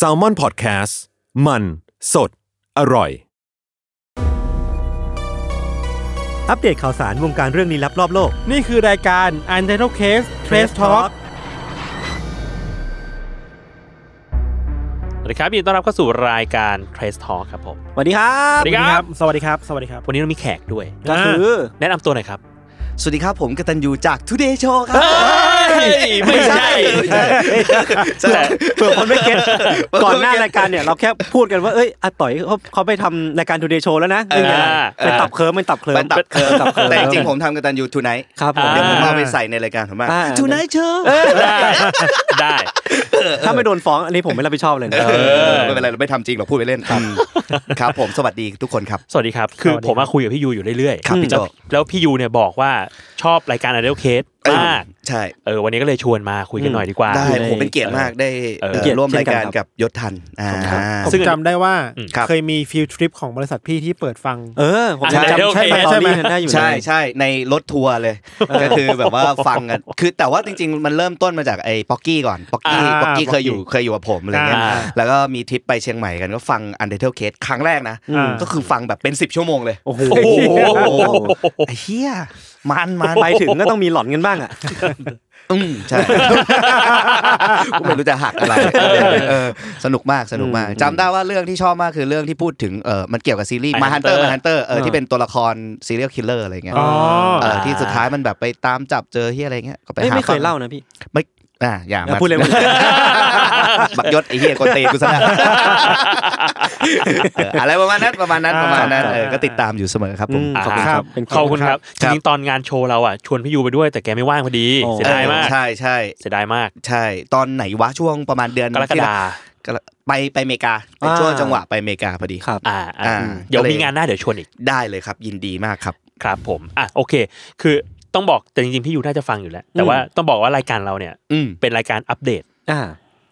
s a l ม o n PODCAST มันสดอร่อย อัปเดตข่าวสารวงการเรื่องลี้ลับรอบโลก นี่คือรายการ u n t i t l e Case Trace Talk สวัสดีครับยินดีต้อนรับเข้าสู่รายการ Trace Talk ครับผม สวัสดีครับ สวัสดีครับ สวัสดีครับ สวัสดีครับ วันนี้เรามีแขกด้วย ก็คือ แนะนำตัวหน่อยครับ สวัสดีครับ ผมกตันยูจาก Today Show ครับ ไม่ใช่ แต่ เผื่อคนไม่เก็ตก่อนหน้ารายการเนี่ย เราแค่พูดกันว่า เอ้ยอาต่อยเขาเขาไปทำรายการ Today Show แล้วนะนี่ไง อ่า ไปตับเคิร์มมันตับเคิร์ม มันตับเคิร์มแต่จริงๆผมทำกตันยูทูไนท์ ครับผม เดี๋ยวผมเอาไปใส่ในรายการผมบ้าง อ่า ทูไนท์โชว์ ได้ได้ ถ้าไม่โดนฟ้องอันนี้ผมไม่รับผิดชอบเลยนะ ไม่เป็นไรเราไม่ทำจริงหรอกพูดไปเล่นครับครับผมสวัสดีทุกคนครับ สวัสดีครับ คือ สวัสดีครับ ผมมาคุยกับพี่ยูอยู่เรื่อย ครับพี่โจ แล้วแล้วพี่ยูเนี่ยบอกว่าชอบรายการ u n t i t l e Case มาก ใช่ เออวันนี้ก็เลยชวนมาคุยกันหน่อยดีกว่า ได้ อยู่ใน ผมเป็นเกียรติมากได้ เออ เอ่อ เกียรติ ร่วม เช่น รายการ กันครับ กับยศทันอ่า ผมจำได้ว่า อืม ครับ เคยมีฟิลทริปของบริษัทพี่ที่เปิดฟัง เออ ผม ใช่ จำใช่ไหมตอนนี้ได้อยู่นะ ใช่ใช่ในรถทัวร์เลย ก็คือแบบว่าฟังกันคือแต่ว่าจริง ๆ มันเริ่มต้นมาจากไอ้ป๊อกกี้ก่อนป๊อกกี้ อ่า ป๊อกกี้เคยอยู่ Pocky เคยอยู่กับผมอะไรเงี้ย อ่า แล้วก็มีทริปไปเชียงใหม่กันก็ฟัง u n d e r t a l e Case ครั้งแรกนะ อ่า ก็คือฟังแบบเป็น 10 ชั่วโมงเลย โอ้โห โอ้โห ไอ้เฮียมันมัน ไปถึงก็ต้องมีหลอนกันบ้างอ่ะ อืมใช่ กูไม่รู้จะหักอะไรเออสนุกมากสนุกมากจำได้ว่าเรื่องที่ชอบมากคือเรื่องที่พูดถึงเออมันเกี่ยวกับซีรีส์ My My Hunter Hunter My Hunter เออ อ่า ที่เป็นตัวละคร serial killer อะไรเงี้ย อ๋อ เออที่สุดท้ายมันแบบไปตามจับเจอที่อะไรเงี้ยก็ไป เอ้ย หา ไม่เคย ฟัง เล่านะพี่ ไม่อ่าอย่า อย่า มา พูดเลย บักยศไอ้เหี้ยกนเตะกูซะนะเอออะไรประมาณนั้นประมาณนั้นประมาณนั้นเออก็ติดตามอยู่เสมอครับผม ม ขอบคุณครับเป็นเกียรติ ขอบคุณครับจ ครับ ริงๆตอนงานโชว์เราอ่ะชวนพี่ยูไปด้วยแต่แกไม่ว่างพอดี โอ้ เสียดายมาก เออใช่ใช่ เสียดายมาก ใช่ ตอนไหนวะช่วงประมาณเดือน กรก ที่แล้ ฎาว กรกไปไปอเมริกาเป็นช่วงจังหวะไปอเมริกาพอดี ครับ อ่าอ่า อ่า เดี๋ยว ก็เลย มีงานหน้าเดี๋ยวชวนอีก ได้เลยครับยินดีมากครับ ครับผมอ่ะโอเค คือต้องบอกแต่จริงๆพี่ยูน่าจะฟังอยู่แล้ว แต่ว่าต้องบอกว่ารายการเราเนี่ย อืม เป็นรายการอัปเดต อ่า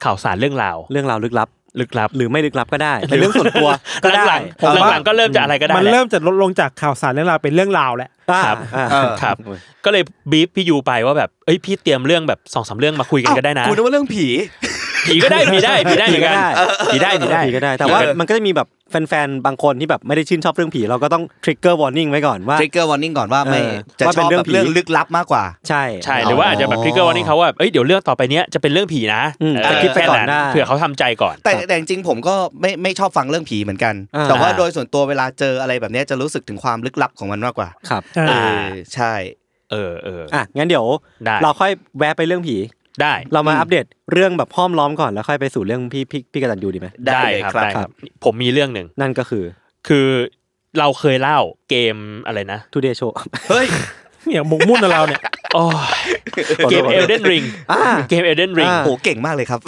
ข่าวสารเรื่องราว เรื่องราวลึกลับ ลึกลับ หรือไม่ลึกลับก็ได้เป็นเรื่องส่วนตัวก็ได้ หลังๆหลังๆก็เริ่มจะอะไรก็ได้ มัน แหละ เริ่มจะลดลงจากข่าวสารเรื่องราวเป็นเรื่องราวแหละ อ่า ครับ อ่า เออ ครับ ก็เลยบีฟพี่ยูไปว่าแบบเอ้ยพี่เตรียมเรื่องแบบสองสามเรื่องมาคุยกันก็ได้นะ กูนึกว่าเรื่องผี ผีก็ได้ผีได้ผีได้เหมือนกันผีได้ผีได้ ผีก็ได้ แต่ว่ามันก็จะมีแบบแฟนๆ บางคนที่แบบไม่ได้ชื่นชอบเรื่องผี เราก็ต้อง trigger warning ไว้ก่อนว่า t ริกเกอร์วอร์นิ่งก่อนว่าไม่ เออ จะ ว่า ช เป็น อบ เรื่อแบง บ ผี เรื่องลึกลับมากกว่า ใช่ ใช่หรือว่าอาจจะแบบทริกเกอร์วันนี้เขาว่าแบบเอ้ยเดี๋ยวเรื่องต่อไปเนี้ยจะเป็นเรื่องผีนะ อืม เ แต่คิดไปก่อนได้ เผื่อเขาทำใจก่อน แต่แต่จริงๆผมก็ไม่ไม่ชอบฟังเรื่องผีเหมือนกัน อ่า แต่ว่าโดยส่วนตัวเวลาเจออะไรแบบเนี้ยจะรู้สึกถึงความลึกลับของมันมากกว่า ครับ อ่า เออใช่ เออเออ อ่ะ งั้นเดี๋ยว ได้ เราค่อยแวะไปเรื่องผี ได้ เรามา อืม อัปเดตเรื่องแบบห้อมล้อมก่อนแล้วค่อยไปสู่เรื่องพี่พี่พี่กตันยูดีไหม ได้ ได้ เลย ครับ ครับ ได้ครับ ผมมีเรื่องหนึ่ง นั่นก็คือ คือเราเคยเล่าเกมอะไรนะ Today Show เฮ้ย เนี่ยหมกมุ่นกับเราเนี่ย โอ้ยเกม ขอโทษ Elden Ring อ่า เกม Elden โอ้ Ring โหเก่งมากเลยครับ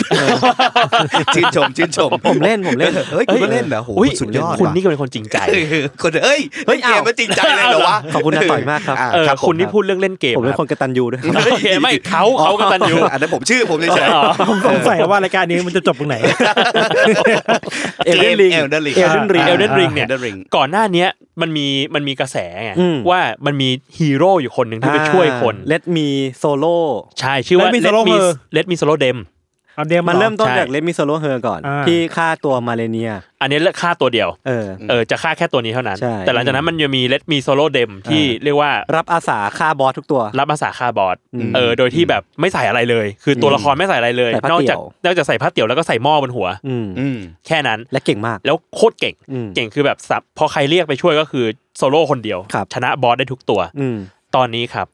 ชื่นชมชื่นชม ผมเล่นผมเล่น เฮ้ยคุณก็เล่นเหรอโห อุ๊ย สุดยอด คุณ ว่ะ นี่ก็เป็นคนจริงใจ เออคนเอ้ย เฮ้ย เก อ้าว มมันจริงใจเลยเหรอวะ ขอบคุณนะต่อยมากครับ อ่า เออ รับ คุณนี่ รับ พูดเรื่องเล่นเกม ผมเป็นคนกตันยูด้วย ครับโอเคไม่เขาเขากตันยู อันนั้นผมชื่อผมเฉย อ๋อ ๆ ผมสงสัยว่าราย การนี้มันจะจบตรงไหน เอเดนริง Elden Ring เอเดนริง อ่า Elden Ring เนี่ย Elden Ring ก่อนหน้าเนี้ยมันมีมันมีกระแสไง อืม ว่ามันมีฮีโร่อยู่คนหนึ่งที่ไปช่วยคน เลดมีโซโล่ ใช่ชื่อว่า Let Me Solo Her เลดมีโซโลเดม เอาเดียว มั มัน น เริ่ เริ่ ม ม ต้น ใช่ จากเลดมีโซโล่เฮอร์ก่อน อ่า ที่ฆ่าตัวมาเลเนีย อันนี้เลือกฆ่าตัวเดียว เออ เออจะฆ่าแค่ตัวนี้เท่านั้น ใช่ แต่หลังจากนั้นมันจะมีเลดมีโซโลเดมที่ อ่า เรียกว่า รับอาสาฆ่าบอสทุกตัว รับอาสาคาบอด อืม เออ โดยที่แบบไม่ใส่อะไรเลย คือตัวละครไม่ใส่อะไรเลย ใส่ผ้าน อก เตี่ จาย ก ว นอกจากใส่ผ้าเตี่ยวแล้วก็ใส่หม้อบนหัว อืม อืม แค่นั้น และเก่งมาก แล้วโคตรเก่ง อืม เก่งคือแบบสับพอใครเรียกไปช่วยก็คือโซโล่คนเดียว ครับ ชนะบอสได้ทุกตัว อืม ตอนนี้ครับ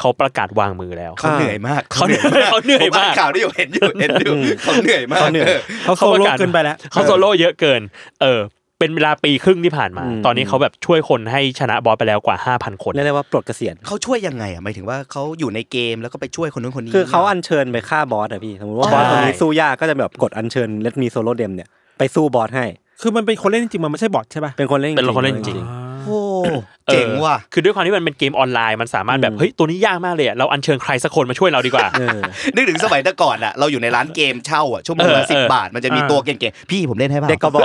เขาประกาศวางมือแล้ว เขาเหนื่อยมาก เขาเหนื่อยเขาเหนื่อย ผอ่ มาก ข่าวที่อยู่เห็นอยู่เห็นอยู่ อืม เขาเหนื่อยมาก เขาเหนื่อย เขาโซ ประ โล่ กาศ เกินไปแล้ว เขาโซโล่เยอะเกิน เออ เป็นเวลาปีครึ่งที่ผ่านมา อืม ตอนนี้เขาแบบช่วยคนให้ชนะบอสไปแล้วกว่า 5,000 คน เรียกได้ว่าปลดเกษียณ เขาช่วยยังไงอ่ะหมายถึงว่าเขาอยู่ในเกมแล้วก็ไปช่วยคนนู้นคนนี้ คือเขาอัญเชิญไปฆ่าบอสอะพี่ สมมติว่าบอสคใช่นนี้สู้ยากก็จะแบบกดอัญเชิญเลดมีโซโล่เดมเนี่ยไปสู้บอสให้ คือมันเป็นคนเล่นจริงๆมันไม่ใช่บอทใช่ป่ะ เป็นคนเล่นจริง เป็นคนเล่นจริง อ่า โอ้โห ออ เจ๋งว่ะ คือด้วยความที่มันเป็นเกมออนไลน์มันสามารถแบบ อืม เฮ้ยตัวนี้ยากมากเลยอะเราอัญเชิญใครสักคนมาช่วยเราดีกว่า เออ นึกถึงสมัยแต่ก่อนอ่ะ เราอยู่ในร้านเกมเช่าอ่ะ ชั่วโมง เอ ละ อ สิบ เออ บาท มันจะมี อ่า ตัวเก่งๆ พี่ผมเล่นให้เปล่า เด็กก็บอก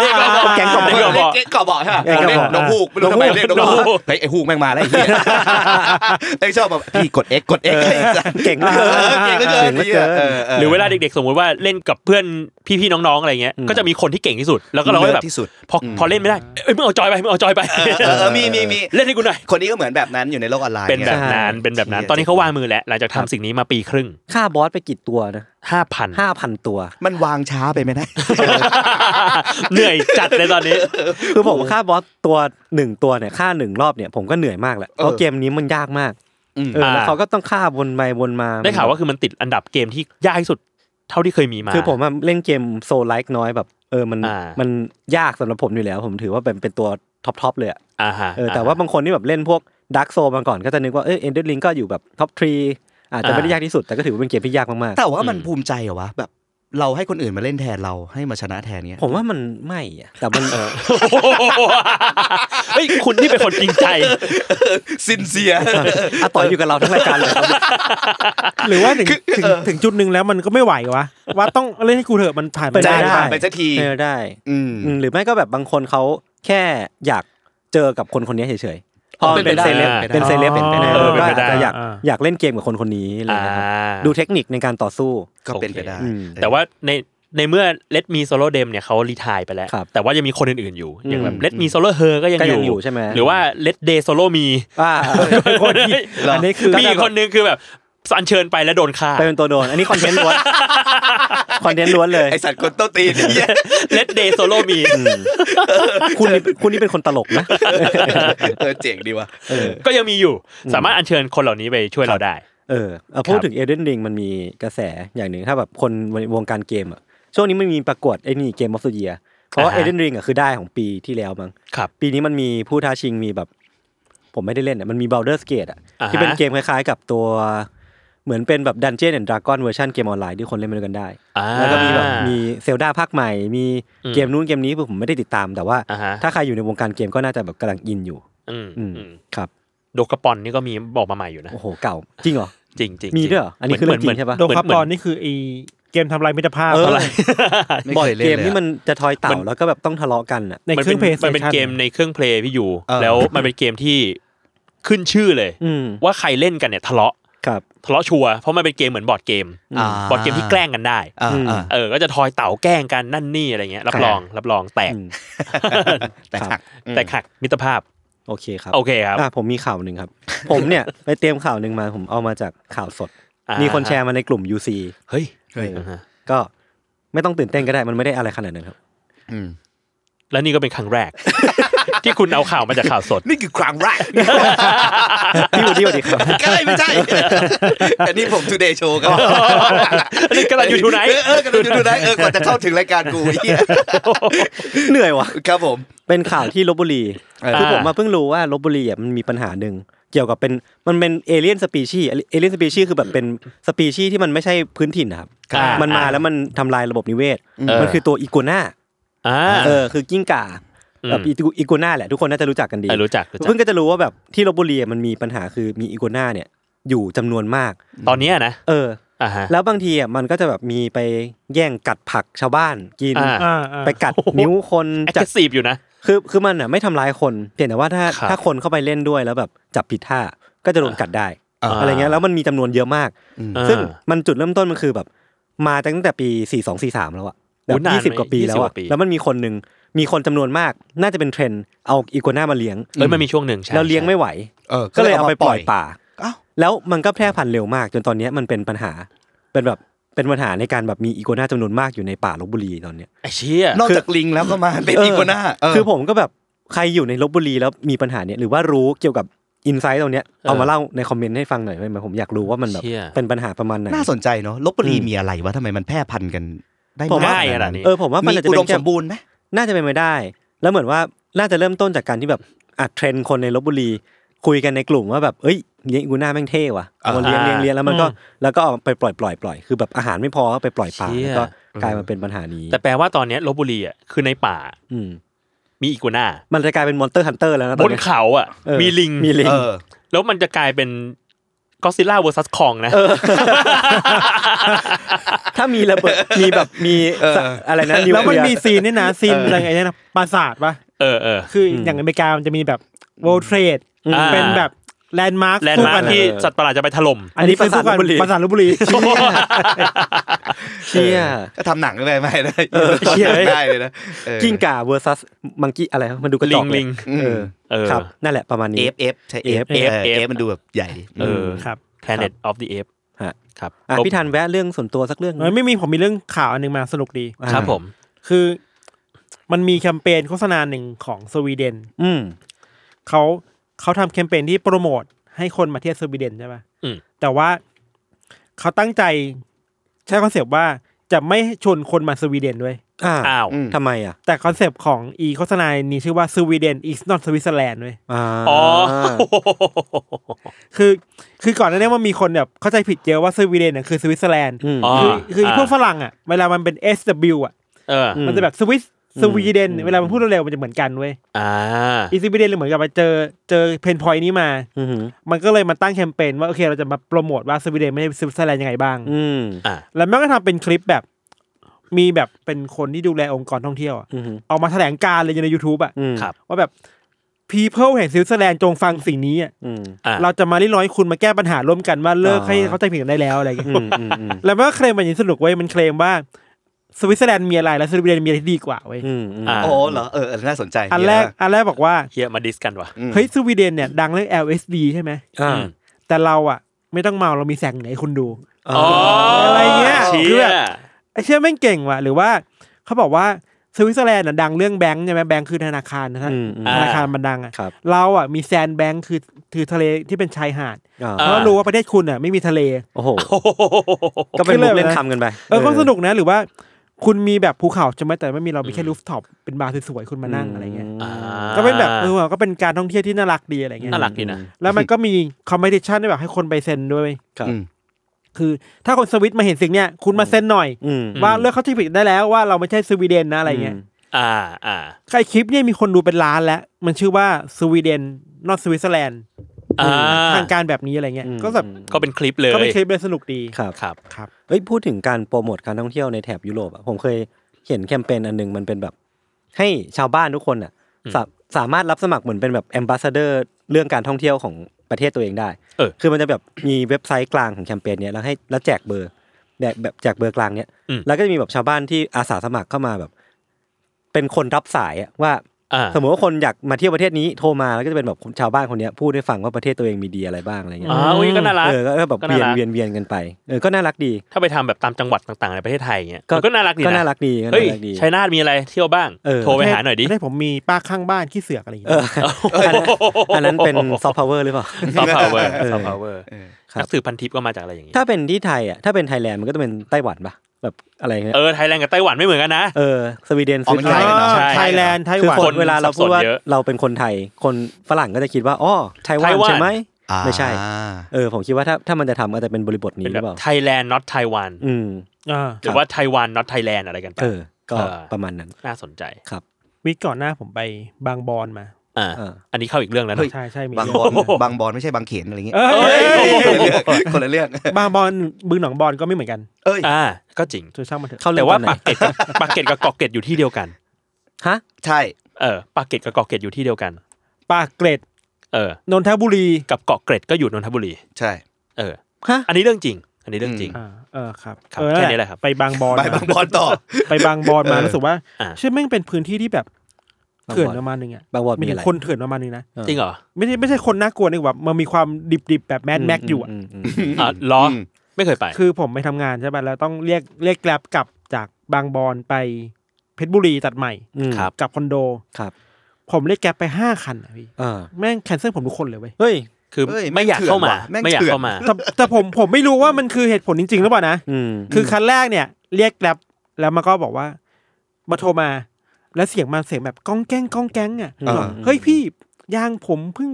เด็กก็บอก แกงกบ เด็ เด็กก็กกบบ อระอก กเด็กกระบอกใช่ปะ เด็กกระบอก นกฮูกไม่รู้ทำไมเรียกนกฮู นกฮู ก ก เฮ้ยไอ้ฮูกแม่งมาแล้วไอ้เหี้ยไอ้ชอบแบบพี่กด X กด X เก่งมาก เออเก่งเหลือเกินไอ้เหี้ยเออ หรือเวลาเด็กๆ สมมติว่าเล่นกับเพื่อนพี่ๆน้องๆอะไรเงี้ย อืม ก็จะมีคนที่เก่งที่สุด แล้วก็เราก็แบบ ที่สุด พอ อืม พอเล่นไม่ได้เอ้ยมึงเอาจอยไปมึงเอาจอยไป เออเออมีมีมี เล่นให้กูหน่อย คนนี้ก็เหมือนแบบนั้นอยู่ในโลกออนไลน์ เป็นแบบนั้น ไง เป็นแบบนั้น ชี่ตยอนนี้เขาวางมือแล้วหลังจากทำสิ่งนี้มาปีครึ่ง ค่าบอสไปกี่ตัวนะ ห้าพัน ห้าพันตัว มันวางช้าไปไหมนะ เหนื่อยจัดเลยตอนนี้ คือผมว่าค่าบอสตัวหนึ่งตัวเนี่ยค่าหนึ่งรอบเนี่ยผมก็เหนื่อยมากแหละเพราะเกมนี้มันยากมาก อืม เออแล้ว อ่า เขาก็ต้องฆ่าวนไปวนมา ได้ข่าวว่าคือมันติดอันดับเกมที่ยากที่สุดเท่าที่เคยมีมา คือผมอะเล่นเกมโซลไลค์น้อยแบบเออมัน อ่ามั มันยากสำหรับผมอยู่แล้ว ผมถือว่าเป็นเป็นตัวท็อปทอปเลยอะ อ่าฮะ เออแต่ว่าบางคนที่แบบเล่นพวกดักโซมาก่อนก็จะนึกว่าเออเอ็นเดอร์ลิงก็อยู่แบบท็อปทรีอาจจะไม่ได้ยากที่สุดแต่ก็ถือว่าเป็นเกมที่ยากมาก แต่ว่ามันภูมิใจเหรอวะแบบเราให้คนอื่นมาเล่นแทนเราให้มาชนะแทนเนี้ย ๆ ผมว่ามันไม่อะแต่มัน เฮ้ยคุณนี่เป็นคนจริงใจ ซินเซีย อาต่อยอยู่กับเราทั้งรายการเลยครับ หรือว่าถึงถึงถึงจุดหนึ่งแล้วมันก็ไม่ไหววะว่าต้องเล่นให้กูเถอะมันผ่านไป เป็น ใจ ป ได้ ด้ ผ่านไปสักที เออได้ อืม อืมหรือไม่ก็แบบบางคนเขาแค่อยากเจอกับคนคนนี้เฉยๆพอมันเป็น ไป เป็น ได้ เซเลบ เป็ เป็น น ไปได้ เซเลบเป็นไปได้ เออเป็น ก็ ไป อาจ ได้ จะอยาก อ่า อยากเล่นเกมกับคนคนนี้อะไรอย่างเลยครับ อ่า ดูเทคนิคในการต่อสู้ ก็เป็นไปได้ โอเคอืม เออ แต่ว่าในในเมื่อเลดมีโซโลเดมเนี่ยเขารีทายไปแล้ว ครับ แต่ว่ายังมีคนอื่นๆอยู่ อย่างแบบ อืม เลดมีโซโลเฮอร์ก็ยัง ก็ อ ยัง ยู่ อยู่ใช่ไหม หรือว่าเลดเดย์โซโล มี อ่า คนนี้ เหรออั อันนี้คือ มีคนนึงคือแบบสันเชิญไปแล้วโดนฆ่า ไปเป็นตัวโดน อันนี้คอนเทนต์ล้วนคอนเทนต์ล้วนเลย ไอสัตว์กดโต้นตีนไอ้เหี้ย เลดเดย์โซโลมี อืมคุณนี่คุณนี่เป็นคนตลกนะ เออเจ๋งดีว่ะ ก็ยังมีอยู่ สามารถอัญเชิญคนเหล่านี้ไปช่วยเราได้ เออเอาพูดถึงเอเดนริงมันมีกระแสอย่างหนึ่งถ้าแบบคนวงการเกมอ่ะช่วงนี้มันมีประกวดไอ้นี่เกมออฟเดียเพราะ อ่า เอ ฮะ เดนริงอ่ะคือได้ของปีที่แล้วมั้ง ครับ ปีนี้มันมีผู้ท้าชิงมีแบบ ผมไม่ได้เล่นอะมันมี Baldur's Gate อะ อ่าฮะ ที่เป็นเกมคล้ายๆ กับตัว เหมือนเป็นแบบ Dungeon and Dragon เวอร์ชันเกมออนไลน์ที่คนเล่นมันด้วยกันได้ อ่า แล้วก็มีแบบมีเซลดาภาคใหม่ มี อืม เกมนู้นเกมนี้ผมไม่ได้ติดตาม แต่ว่า อ่าฮะ ถ้าใครอยู่ในวงการเกมก็น่าจะแบบกำลังอินอยู่ อืม อืม อืม ครับ โดกระปอนนี่ก็มีบอกมาใหม่อยู่นะ โอ้โหเก่า จริงเหรอ จริงๆจริง มีด้วยเหรออันนี้คือเรื่องจริงใช่ปะ โดนครับตอนนี่คือไอเกมทำลายมิตรภาพ เออ อะไร ไม่ บ่อ เค ย ยเล่นเลยอะ เกมนี่มันจะทอยเต่าแล้วก็แบบต้องทะเลาะกันอ่ะ ใน มัน เค เป็ รื่อน งเพมัลย์นเป็นเกมในเครื่องเพลย์พี่อยู่ เออ แล้วมันเป็นเกมที่ขึ้นชื่อเลย อืม ว่าใครเล่นกันเนี่ยทะเลาะ ครับ ทะเลาะชัวร์เพราะมันเป็นเกมเหมือนบอร์ดเกม อ่า บอร์ดเกมที่แกล้งกันได้ อ่า อืม อ่า เออ ก็จะทอยเต่าแกล้งกันนั่นนี่อะไรเงี้ย รับ ครับ รองรับรองแตก อืม แต่ ครั หับกอืม แตกหักมิตรภาพ โอเคครับ โอเคครับ อ่ะผมมีข่าวหนึ่งครับ ผมเนี่ยไปเตรียมข่าวหนึ่งมาผมเอามาจากข่าวสด อ่า มีคนแชร์มาในกลุ่ม UC เฮ้ย เฮ้ย อ่าฮะ ก็ไม่ต้องตื่นเต้นก็ได้มันไม่ได้อะไรขนาดนั้นครับ อืม แล้วนี่ก็เป็นครั้งแรก ที่คุณเอาข่าวมาจากข่าวส ด นี่คือครั้งแรก พี่วูดดี้สวัสดีครับ ก็เลยไม่ ใช่ อันนี้ผม Today Show ครับ นี่กำลังอยู่ทูไหน เออเออกำลังอยู่ดูไหนเออกว่าจะเข้าถึงรายการกู ไอ้เหี้ย เหนื่อยว่ะ ครับผม เป็นข่าวที่ลบบุรี เออ คือผมมาเพิ่งรู้ว่าลบบุรีอ่ะมันมีปัญหาหนึ่งเกี่ยวกับเป็นมันเป็นเอเลียนสปีชีเอเลียนสปีชีคือแบบเป็นสปีชีที่มันไม่ใช่พื้นถิ่นนะครับ อ่ามั มันมาแล้วมันทำลายระบบนิเวศ เออ มันคือตัวอีกัวน่า อ่า เออคือกิ้งก่า อืม แบบอีกัวน่าแหละทุกคนน่าจะรู้จักกันดี เออรู้จักรู้จัก เพิ่งก็จะรู้ว่าแบบที่ลบบุรีอ่ะมันมีปัญหาคือมีอีกัวน่าเนี่ยอยู่จำนวนมาก ตอนเนี้ยนะ เออ อ่าฮะ แล้วบางทีอ่ะมันก็จะแบบมีไปแย่งกัดผักชาวบ้านกิน อ่า อ่าอ่า ไปกัดนิ้วคน แอค จับ ทีฟอยู่นะ คือคือมันอ่ะไม่ทำร้ายคนเพียงแต่ว่าถ้า ครับ ถ้าคนเข้าไปเล่นด้วยแล้วแบบจับผิดท่าก็จะโดนกัดได้ อ่า อะไรเงี้ยแล้วมันมีจำนวนเยอะมาก อืม เออ ซึ่งมันจุดเริ่มต้นมันคือแบบ มาตั้งแต่ปี 4 2 4 3 แล้วอะแบบโอ้นาน ยี่สิบ ไหม กว่าปีแล้ว 20อะกว่าปี แล้วมันมีคนหนึ่งมีคนจำนวนมาก น่าจะเป็นเทรนด์เอาอีกัวน่ามาเลี้ยง เอ้ยมันมีช่วงหนึ่งใช่ แล้วเลี้ยงไม่ ใช่ ไหว ออ ก็เลยเอาไปปล่อยป่า เอ้าว แล้วมันก็แพร่พันธุ์เร็วมาก จนตอนเนี้ยมันเป็นปัญหา เป็นแบบเป็นปัญหาในการแบบมีอีกัวน่าจำนวนมากอยู่ในป่าลบบุรีตอนเนี้ย ไอ้เชี่ย นอกจากลิงแล้วก็มาเป็น เอออี อีกัวน่าเ คือผมก็แบบใครอยู่ในลบบุรีแล้วมีปัญหาเนี้ยหรือว่ารู้เกี่ยวกับอินไซต์ตรงเนี้ยเอามาเล่าในคอมเมนต์ให้ฟังหน่อยได้ไหมผมอยากรู้ว่ามันแบบ เชี่ย เป็นปัญหาประมาณไหน น่าสนใจเนาะลบบุรี อืม มีอะไรวะทำไมมันแพร่พันธุ์กันได้ ผมว่า มก ขนาดนี้ เออผมว่ามันอาจจะ อุ เป็ ดม นแค่ สมบูรณ์ไหม น่าจะเป็นไปได้ แล้วเหมือนว่าน่าจะเริ่มต้นจากการที่แบบอัดเทรนด์คนในลบบุรี คุยกันในกลุ่มว่าแบบเอ้ยเลี้ยงอีกัวน่าแม่งเท่ว่ะเอามาเลี้ยง อ่า เลี้ยงเลี้ยงแล้วมันก็ อืม แล้วก็เอาไปปล่อยปล่อยปล่อยคือแบบอาหารไม่พอก็ไปปล่อยป่า เชี่ย แล้วก็กลายมาเป็นปัญหานี้ แต่แปลว่าตอนเนี้ยลบบุรีอ่ะคือในป่า อืม มีอีกัวน่า มันจะกลายเป็นมอนเตอร์ฮันเตอร์แล้วนะต บ อน น เนี้ย เขาอ่ะ เออ มีลิง มีลิง เออ แล้วมันจะกลายเป็นก็ซิล่าเวอร์ซัสคองนะ ถ้ามีระเบิด มีแบบมี เออ สะอะไรนะนิว แล้ว เค มัน ลีย มี ร์ ซีนนี่นะซีนอะไรไอ้นี่นะปราสาทปะ เออเออ คืออ ม อย่างอเมริกามันจะมีแบบ World Trade อืม เป็นแบบแลนด์มาร์ค แลนด์มาร์คที่สัตว์ประหลาดจะไปถล่ม อันนี้คือสู้กันปราสาทลพบุรี เชี่ย ก็ทำหนังก็ได้ไม่ได้ เออเชี่ย ได้เลยนะเออ กิ้งก่าเวอร์ซัสมังกี้อะไรวะมันดูกระจอก ลิงลิง เออ เออ ครับ นั่นแหละประมาณ เอ นี้ ฟเอฟใช่เอฟเอฟ F F เอฟมันดูแบบใหญ่ดิ เออ ครับ Planet of the Apes ฮะ ครับ อ่ะพี่ทันแวะเรื่องส่วนตัวสักเรื่องหนึ่ง เอ้ยไม่มีผมมีเรื่องข่าวอันหนึงมาสนุกดี อ่า ครับผม คือ มันมีแคมเปญโฆษณาหนึ่งของสวีเดน อืม เขาเขาทำแคมเปญที่โปรโมทให้คนมาเที่ยวสวีเดนใช่ปะ อืม แต่ว่าเขาตั้งใจใช้คอนเซปต์ว่าจะไม่ชวนคนมาสวีเดนด้วย อ่า อ้าว อืม ทำไมอ่ะ แต่คอนเซปต์ของอีโฆษณานี้ชื่อว่าสวีเดน is not Switzerland เว้ย อ๋ อ๋อ คือ คือก่อนหน้านี้มันมีคนแบบเข้าใจผิดเยอะว่าสวีเดนน่ะคือสวิตเซอร์แลนด์ ม อ๋อ คือคืออา พวกฝรั่งอ่ะเวลามันเป็น SW อ่ะ เออ ม มันจะแบบสวิสสวีเดนเวลามันพูดเร็วๆมันจะเหมือนกันเว้ย อ่า อีซิบิเดนเหมือนกับไปเจอเจอเพนพอยนี้มา อืม มันก็เลยมาตั้งแคมเปญว่าโอเคเราจะมาโปรโมทว่าสวีเดนไม่ได้สวิตเซอร์แลนด์ยังไงบ้าง อืม อ่า แล้วมันก็ทำเป็นคลิปแบบ มีแบบเป็นคนที่ดูแลองค์กรท่องเที่ยวอะ อืม เอามาแถลงการณ์เลยใน YouTube อ่ะ อืม ครับ ว่าแบบ people แห่งสวิตเซอร์แลนด์จงฟังสิ่งนี้อะ อืม อ่า เราจะมาเรียกร้องให้คุณมาแก้ปัญหาร่วมกันว่าเลิก อ่า ให้เขาใจผิดกันได้แล้วอะไรอย่างเงี้ย อืมอืมอืม แล้วมันก็เคลมแบบนี้สนุกเว้ยมันเคลมว่าสวิตเซอร์แลนด์มีอะไรและสวีเดนมีอะไรที่ดีกว่าเว้ย อืมอืม อ่า โอ้เหรอเออเออน่าสนใจ อันแรกอันแรกบอกว่า เฮียมาดิสกันว่ะ อืม เฮ้ยสวีเดนเนี่ยดังเรื่อง LSD ใช่ไหม อ่า แต่เราอ่ะ ไม่ต้องเมาเรามีแสงเหนือให้คุณดู อ๋อ อะไรเงี้ย ชี่ คือแบบ ไอ้เชื่อแม่งเก่งว่ะหรือว่าเขาบอกว่าสวิตเซอร์แลนด์น่ะดังเรื่องแบงค์ใช่ไหมแบงค์คือธนาคารนะฮะ อืมอืม ธนาคารมันดังอ่ะ ครับ เราอ่ะมีแซนด์แบงค์คือคือทะเลที่เป็นชายหาด อ่า เพราะรู้ว่าประเทศคุณอ่ะไม่มีทะเล โอ้โห โอ้โห ก็เป็น ขึ้นเล มุ ย กเล่น นะ คำกันไป เออก็สนุกนะหรือว่า คุณมีแบบภูเขาใช่ไหมแต่ไม่มีเรามีแค่รูฟท็อปเป็นบาร์สวยๆคุณมานั่งอะไรเงี้ย อ่า ก็เป็นแบบเออว่ะก็เป็นการท่องเที่ยวที่น่ารักดีอะไรเงี้ย น่ารักดีนะ แล้วมันก็มีคอมเพติชันที่แบบให้คนไปเซ็นด้วย อืม คือ ถ้าคนสวิตมาเห็นสิ่งเนี้ยคุณมาเซ็นหน่อย อืม ว่าเลิกเข้าใจผิดได้แล้วว่าเราไม่ใช่สวีเดนนะอะไรเงี้ย อ่าอ่า ใครคลิปเนี่ยมีคนดูเป็นล้านแล้ว มันชื่อว่าสวีเดนนอตสวิตเซอร์แลนด์ อ่า ทางการแบบนี้อะไรเงี้ย อืม ก็แบบ ก็เป็นคลิปเลย ก็เป็นคลิปเลยสนุกดี ครับ ครับ ครับ เฮ้ยพูดถึงการโปรโมทการท่องเที่ยวในแถบยุโรปอะผมเคยเห็นแคมเปญอันหนึงมันเป็นแบบ ให้ชาวบ้านทุกคนอ่ะ อืม สาสามารถรับสมัครเหมือนเป็นแบบแอมบาสเดอร์เรื่องการท่องเที่ยวของประเทศตัวเองได้ เออ คือมันจะแบบมีเว็บไซต์กลางของแคมเปญเนี้ยแล้วให้แล้วแจกเบอร์แบบแบบแจกเบอร์กลางเนี้ย อืม แล้วก็จะมีแบบชาวบ้านที่อาสาสมัครเข้ามาแบบ เป็นคนรับสายอะว่า อ่า สมมติว่าคนอยากมาเที่ยวประเทศนี้โทรมาแล้วก็จะเป็นแบบชาวบ้านคนเนี้ยพูดให้ฟังว่าประเทศตัวเองมีดีอะไรบ้างอะไรเงี้ย อ๋ออุ้ยก็น่ารัก เออก็แบบ ก็ เวีนน่ายรัก เวียนเวียนกันไปเออก็น่ารักดี ถ้าไปทำแบบตามจังหวัดต่างๆ ในประเทศไทยเงี้ยมันก็น่ารักดี ก็ นะ น่ารักดีก็ เฮ้ย น่ารักดี ชัยนาทมีอะไรเที่ยวบ้าง เออ โทรไปหาหน่อยดิ ประเทศผมมีป้าข้างบ้านขี้เสือกอะไรอย่าง เอ เงี้ อย อันนั้น อันนั้นเป็นซอฟต์พาวเวอร์หรือเปล่า ซอฟต์พาวเวอร์ เออ ซอฟต์พาวเวอร์ เออ ครับ นักสืบพันทิปก็มาจากอะไรอย่างงี้ ถ้าเป็นที่ไทยอ่ะถ้าเป็นไทยแลนด์มันก็จะเป็นไต้หวันป่ะแบบอะไรเงี้ย เออ ไทยแลนด์กับไต้หวันไม่เหมือนกันนะ เออสวีเดน อ๋อ ฟิ มัน นแลน ใกล้กั ด์ นเนอะ ใช่ ไทยแลนด์ไต้ คือ หวัน คนเวลาเราพูดว่า สับสนเยอะ เราเป็นคนไทย คนฝรั่งก็จะคิดว่าอ๋อไต้หวั ไต้ น หวัน ใช่ไหม อ่า ไม่ใช่เออผมคิดว่าถ้าถ้ามันจะทำอาจจะเป็นบริบทนี้ เป็น ห แบ รือบ เปล่า ไทยแลนด์ not ไต้หวัน อืม อ่า หรือว่าไต้หวัน not ไทยแลนด์อะไรกันไป เออ ก็ เออ ประมาณนั้น น่าสนใจ วิกก่อนหน้าผมไปบางบอนมา อ่า เออ อันนี้เข้าอีกเรื่องแล้ว เฮ้ นะ ย ใช่ใช่มี บางบอลบางบอลไม่ใช่บางเขนอะไรอย่างเงี้ย เอ้ย คนละเรื่องคนละเรื่อง บางบอนบึงหนองบอนก็ไม่เหมือนกัน เอ้ย อ่า ก็จริง ช่วยช่างมันเถอะ เข้าเรื่ แต่ องตว่าอนไหน ปากเกร็ดกับปากเกร็ดกับเกาะเกร็ดอยู่ที่เดียวกัน ฮะ ใช่ เออ ปากเกร็ดกับเกาะเกร็ดอยู่ที่เดียวกัน ปากเกร็ด เออ นนทบุรี กับเกาะเกร็ดก็อยู่นนทบุรี ใช่ เออ ฮะ อันนี้เรื่องจริง อันนี้เรื่องจริง อ่าเออครับ ครับ เออ แค่นี้แหละครับ ไปบางบอน ไป มา บางบอลต่อ ไปบางบอนมา เออ รู้สึกว่า อ่า เชื่อแม่งเป็นพื้นที่ที่แบบ บางบอน เถื่อนประมาณหนึงอ่ะ บางวอดมีมีอะไร คนเถื่อนประมาณหนึงนะ จริงเหรอ ไม่ใช่ไม่ใช่คนน่ากลัวนี่แบบมันมีความดิบดิบๆแบบแมดแม็กอยู่อ่ะ มมอืม อ่ะล้ออ ม ไม่เคยไป คือผมไปทำงานใช่ป่ะแล้วต้องเรียกเรียกแกลบกลับจากบางบอนไปเพชรบุรีตัดใหม่ อืม กลับคอนโด ครับ ผมเรียกแกลบไปห้าคันอะพี่ อ่า แม่งแคนเซิลผมทุกคนเลยเว้ย เฮ้ย คือ เอ้ย ไม่อยากเข้ามา แม่ง ไม่อยา เถื่ ก อน เข้ามา แต่แต่ผมผมไม่รู้ว่ามันคือเหตุผลจริง ๆ หรือเปล่านะ อืม คือคันแรกเนี่ย เรียกแกลบแล้วมันก็บอกว่ามาโทรมา แล้วเสียงมันเสียงแบบก้องแก้งก้องแก้งอ่ะ อ่า เฮ้ยพี่ยางผมเพิ่ง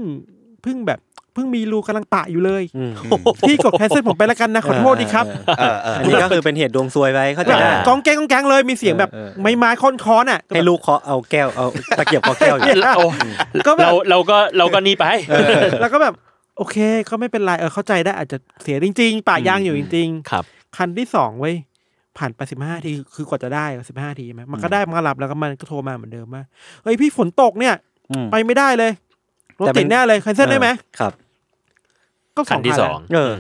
เพิ่งแบบ เพิ่งมีรูกำลังปะอยู่เลย อืม พี่กดแคนเซิลผมไปแล้วกัน นะขอโทษดีครับ เออ เออเออ อันนี้ก็คือเป็นเหตุดวงซวยไว้เข้าใจ แบบ ได้ กองแกงกองแกงเลยมีเสียงแบบ เออเออ ไม้ไม้ค้อนค้อนอ่ะ ให้ลูกเคาะเอาแก้วเอาตะเกียบเคาะแก้วอยู่ โอ้ ก็แบบ เราเราก็เราก็นี่ไป แล้วก็แบบโอเคก็ไม่เป็นไรเออเข้าใจได้อาจจะเสียจริง ๆ ป่ายางอยู่จริง ครับ ๆ คันที่สองเว้ยผ่านไปสิบห้าทีคือกว่าจะได้สิบห้าทีไหมมันก็ได้มันก็หลับแล้วก็มันก็โทรมาเหมือนเดิมว่าเฮ้ยพี่ฝนตกเนี่ย อืม ไปไม่ได้เลยรถ แต่เป็ ติด น แน่เลยแคนเซิลได้ไหม ครับ ก็ส ขั อน ง ที่ คัน ส แล้ อ ว ง เออ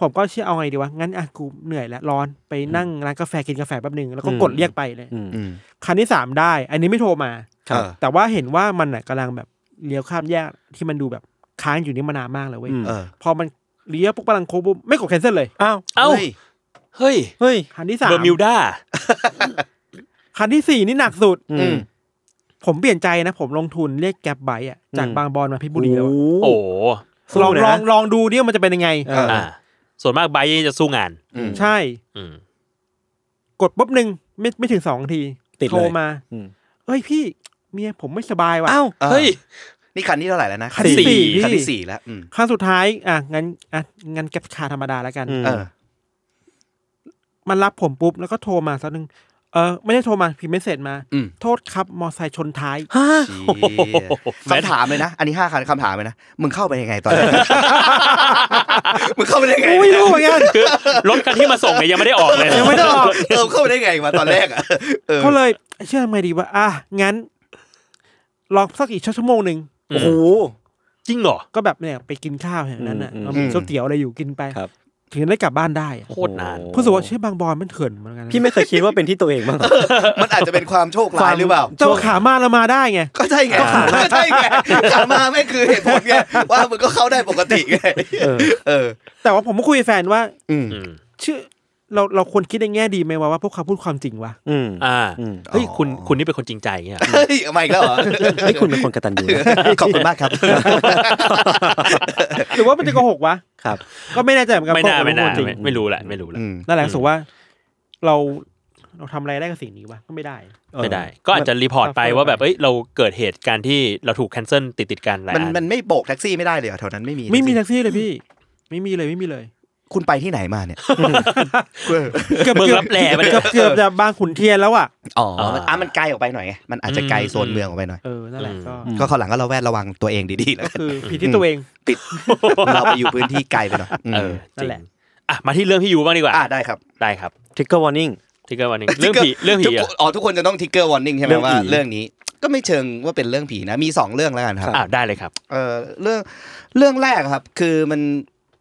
ผมก็เชื่อเอาไงดีวะงั้นอ่ะกูเหนื่อยแล้วร้อนไปนั่งร้านกาแฟกินกาแฟแป๊บหนึ่งแล้วก็กด อืม เรียกไปเลย อืม อืม คันที่สามได้ อันนี้ไม่โทรมา ครับ แต่ว่าเห็นว่ามันน่ะกำลังแบบเลี้ยวข้ามแยกที่มันดูแบบค้างอยู่นี่มานานมากเลยเว้ย อืม เออ พอมันเลี้ยวปุ๊บกำลังโค้งปุ๊บไม่กดแคนเซิลเลย อ้าว เอ้า ฮ้ย เฮ้ย เฮ้ย คันที่สาม เบอร์มิวด้า คันที่สี่นี่หนักสุด อื อื ม ม ผมเปลี่ยนใจนะ ผมลงทุนเรียกแกร็บไบค์อ่ะจากบางบอนมาเพิบุรีแล้วอะ โอ้ ลอง สู้นะ ลองลองดูนี่มันจะเป็นยังไง เออ อ่าส่วนมากไบค์จะสู้งาน อืม ใช่ อืม กดปุ๊บหนึ่งไม่ไม่ถึงสองนาที ติดเลย โทรมา อืม เอ้ยพี่เมียผมไม่สบายว่ะ อ้าว ออ เฮ้ย นี่คันที่เท่าไหร่แล้วนะ คันที่สี่พี่ คันที่สี่แล้วอืม ครั้งสุดท้ายอ่ะงั้นอ่ะงั้นแกร็บคาร์ธรรมดาแล้วกัน อืม เออ มันรับผมปุ๊บ แล้วก็โทรมาสักหนึ่งเออไม่ได้โทรมาพิมพ์เมสเซจมา อืม โทษครับ มอไซค์ชนท้าย ฮะ เชี่ยคำถามเลยนะ อันนี้ห้าคันคำถามเลยนะ มึงเข้าไปยังไงตอนนั้น มึงเข้าไปได้ไง ไม่รู้เหมือนกัน คือรถคันที่มาส่งเนี่ยยังไม่ได้ออกเลย ยังไม่ได้ออกเออเข้าไปได้ไงมาตอนแรกอ่ะเออ เขาเลย เชื่อไหมดีว่า อ่ะ งั้น ลองสักอีกชั่วโมงหนึ่ง อืม โอ้โห จริงเหรอ ก็แบบเนี่ยไปกินข้าวอย่างนั้นน่ะ อืม เอาก๋วยเตี๋ยวอะไรอยู่กินไป ครับ ถึงได้กลับบ้านได้อะ โคตรนาน เพราะรู้สึกว่าเชื่อบางบอลมันเถื่อนเหมือนกันนะ พี่ไม่เคยคิดว่าเป็นที่ตัวเองบ้างเหรอ มันอาจจะเป็นความโชคร้ายหรือเปล่า เจ้าขามาละมาได้ไง ก็ใช่ไง ก็ใช่ ไงถามมาไม่คือเหตุผลไงว่ามึงก็เข้าได้ปกติไง เออ เออ แต่ว่าผมก็คุยกับแฟนว่า อืม อืม เชื่อเราเราควรคิดในแง่ดีไหมวะว่าพวกเขาพูดความจริงวะ อืม อ่า อืม เฮ้ยคุณคุณนี่เป็นคนจริงใจเนี่ย เฮ้ยเอามาอีกแล้วเหรอ เฮ้ยคุณเป็นคนกระตันยูนะ ขอบคุณมากครับ หรือว่ามันจะโกหกวะ ครับ ก็ไม่แน่ใจเหมือนกัน ไม่น่า เพระผ ไม่น่า พูดจริง ไม่ไม่รู้แหละไม่รู้แหละ อืม นั่นแหละรู้สึกว่าเราเราทำอะไรได้กับสิ่งนี้วะก็ไม่ได้ ไม่ได้ ก็อาจจะรีพอร์ตไปว่าแบบเอ้ยเราเกิดเหตุการณ์ที่เราถูกแคนเซิลติดติดๆกันหลาย มัน อัน มันไม่โบกแท็กซี่ไม่ได้เลยเหรอแถวนั้นไม่มี ไม่มีแท็กซี่เลยพี่ ไม่มีเลยไม่มีเลย คุณไปที่ไหนมาเนี่ยเออ เกือบ เบิก เกือ รั บบ แลไปเนี่ย เกือบเกือบจะบางขุนเทียนแล้วอ่ะ อ๋อมันอ่ะมันไกลออกไปหน่อยไงมันอาจจะไกลโซนเมืองออกไปหน่อย เออนั่นแหละก็ ก็ข้าวหลังก็ระแวดระวังตัวเองดีๆแล้ว ก็ กัน คือผิดที่ตัวเอง ติด เราไปอยู่พื้นที่ไกลไปหน่อย เออ นั่ จริ น ง แหละ อ่ะมาที่เรื่องพี่ยูบ้างดีกว่า อ่าได้ครับ ได้ครับ trigger warning ที่เกิดวันหนึงเรื่อง ผีเรื่องผี ทุ อ่ะ กคนอ๋อทุกคนจะต้องทิกเกอร์วอร์นิ่งใช่ไหม เรื่องผี ว่าเรื่องนี้ก็ไม่เชิงว่าเป็นเรื่องผีนะ มีสองเรื่องแล้วกันครับ อ่าได้เลยครับ เออเรื่องเรื่องแรกครับ คือมัน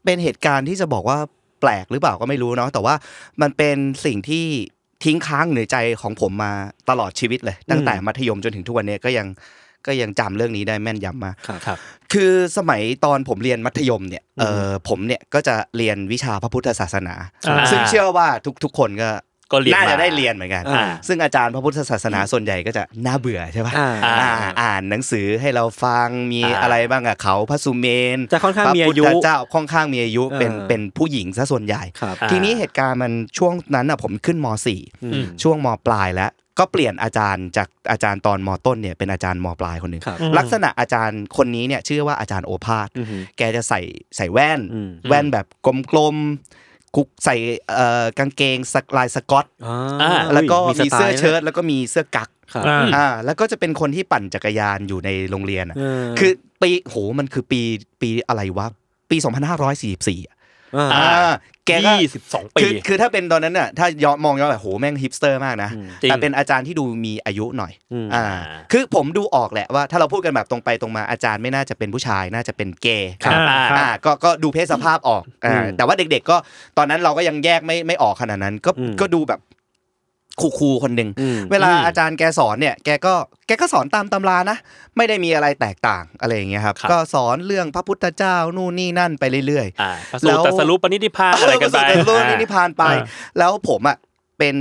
เป็นเหตุการณ์ที่จะบอกว่าแปลกหรือเปล่าก็ไม่รู้เนาะแต่ว่ามันเป็นสิ่งที่ทิ้งค้างอยู่ในใจของผมมาตลอดชีวิตเลย ตั้งแต่มัธยมจนถึงทุกวันเนี้ยก็ยังก็ยังจำเรื่องนี้ได้แม่นยำมาก ครับ คือสมัยตอนผมเรียนมัธยมเนี่ยเอออผมเนี่ยก็จะเรียนวิชาพระพุทธศาสนา อ่า ซึ่งเชื่อว่าทุกๆคนก็ ก็เรียน น่าจะ มา ได้เรียนเหมือนกัน อ่า ซึ่งอาจารย์พระพุทธศาสนาส่วนใหญ่ก็จะน่าเบื่อใช่ปะ อ่า อ่า อ่าอ่านหนังสือให้เราฟังมี อ่า อะไรบ้างอะเขาพระสุเมน จะค่อนข้าง พระ มี พุ อา ท ยุ ธเจ้าค่อนข้างมีอายุ เออ เป็นเป็นผู้หญิงซะส่วนใหญ่ ครับ อ่า ทีนี้เหตุการณ์มันช่วงนั้นอะผมขึ้นม อืม .4 ช่วงมปลายแล้วก็เปลี่ยนอาจารย์จากอาจารย์ตอนมต้นเนี่ยเป็นอาจารย์มปลายคนหนึ่ง ครับ อืม ลักษณะอาจารย์คนนี้เนี่ยชื่อว่าอาจารย์โอภาส อืม แกจะใส่ใส่แว่น อืม แว่นแบบกลมๆกุกใส่เอ่อกางเกงสักลายสกอต อ่า อ่า แล้วก็มี สไต เสื้อ ล์นะ เชิ้ตแล้วก็มีเสื้อกั๊ก ครับ อ่า อ่าแล้วก็จะเป็นคนที่ปั่นจักรยานอยู่ในโรงเรียนอะ เออ คือปีโหมันคือปีปีอะไรวะ ปี 2544อะ อ่า อ่าแกก็ ยี่สิบสองปี คือคือถ้าเป็นตอนนั้นน่ะถ้าย้อนมองย้อนแบบโหแม่งฮิปสเตอร์มากนะ อืม จริง แต่เป็นอาจารย์ที่ดูมีอายุหน่อย อืม อ่า อ่า คือผมดูออกแหละว่าถ้าเราพูดกันแบบตรงไปตรงมาอาจารย์ไม่น่าจะเป็นผู้ชายน่าจะเป็นเกย์ ครับ อ่า อ่า อ่าก็ก็ดูเพศสภาพออกอ่าแต่ว่าเด็กๆก็ตอนนั้นเราก็ยังแยกไม่ไม่ออกขนาดนั้น ก็ อืม ก็ดูแบบครูๆคนหนึ่ง อืม เวลา อืม อาจารย์แกสอนเนี่ยแกก็แกก็สอนตามตำรานะ ไม่ได้มีอะไรแตกต่างอะไรอย่างเงี้ยครับ ครับ ก็สอนเรื่องพระพุทธเจ้านู่นนี่นั่นไปเรื่อย อ่าพระ แล้ สูตรวตรัสรุปปณิธิพาน ๆ อะไรกันไป เออก็สอนเรื่องนิพพานไป อ่า แล้วผมอ่ะเป็น